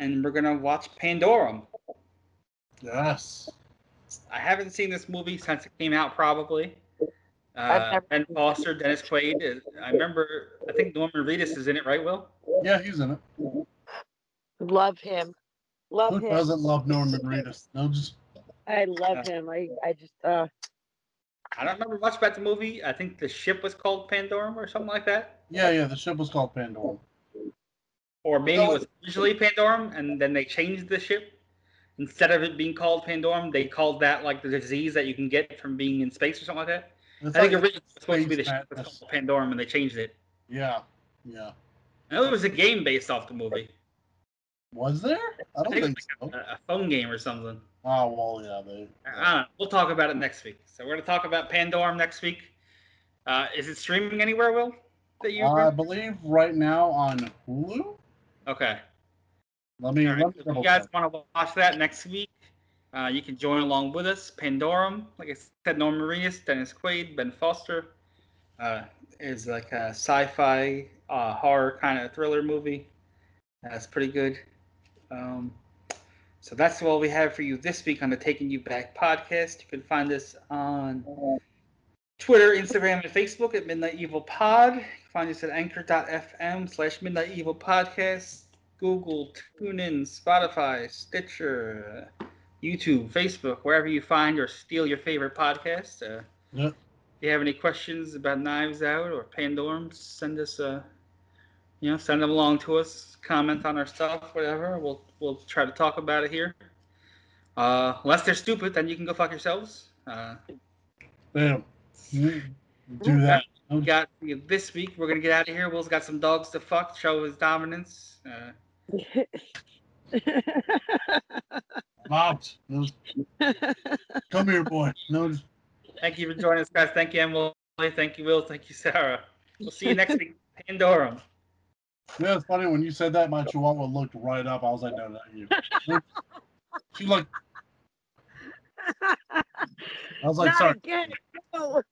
and we're gonna watch Pandorum. Yes. I haven't seen this movie since it came out, probably. I've Uh, never ben Foster, Dennis Quaid. is- I remember. I think Norman Reedus is in it, right, Will? Yeah, he's in it. Love him. Love Who him. doesn't love Norman Reedus? No, just I love Uh, him. I, I just uh I don't remember much about the movie. I think the ship was called Pandorum or something like that, yeah, yeah. The ship was called Pandora. or maybe it was originally Pandorum, and then they changed the ship. Instead of it being called Pandorum, they called that like the disease that you can get from being in space or something like that. It's I think like- originally it was supposed to be the space ship was madness. called Pandorum, and they changed it. yeah, yeah. I know there was a game based off the movie. Was there? I don't I think think it's so. a, Uh, a phone game or something. Oh well, yeah, they. I don't know. We'll talk about it next week. So we're gonna talk about Pandorum next week. Uh, is it streaming anywhere, Will? That you I believe right now on Hulu. okay. Let me. All right. let me If double you guys check. want to watch that next week, uh, you can join along with us. Pandorum, like I said, Norman Reedus, Dennis Quaid, Ben Foster, uh, is like a sci-fi uh, horror kind of thriller movie. That's pretty good. Um, so that's all we have for you this week on the Taking You Back podcast. You can find us on Twitter, Instagram, and Facebook at Midnight Evil Pod. You can find us at anchor.fm slash Midnight Evil Podcast, Google, TuneIn, Spotify, Stitcher, YouTube, Facebook, wherever you find or steal your favorite podcast. Uh, Yeah. If you have any questions about Knives Out or Pandorum, send us a, you know, send them along to us. Comment on our stuff, whatever. We'll we'll try to talk about it here. Uh, unless they're stupid, then you can go fuck yourselves. Uh, Damn. Do that. uh, we got this week. We're gonna get out of here. Will's got some dogs to fuck. Show his dominance. Uh, I'm out. No, Come here, boy. No. thank you for joining us, guys. Thank you, Emily. Thank you, Will. Thank you, Sarah. We'll see you next week. Pandorum. Yeah, it's funny when you said that. My chihuahua looked right up. I was like, no, not you. she looked. I was like, Not sorry. again. No.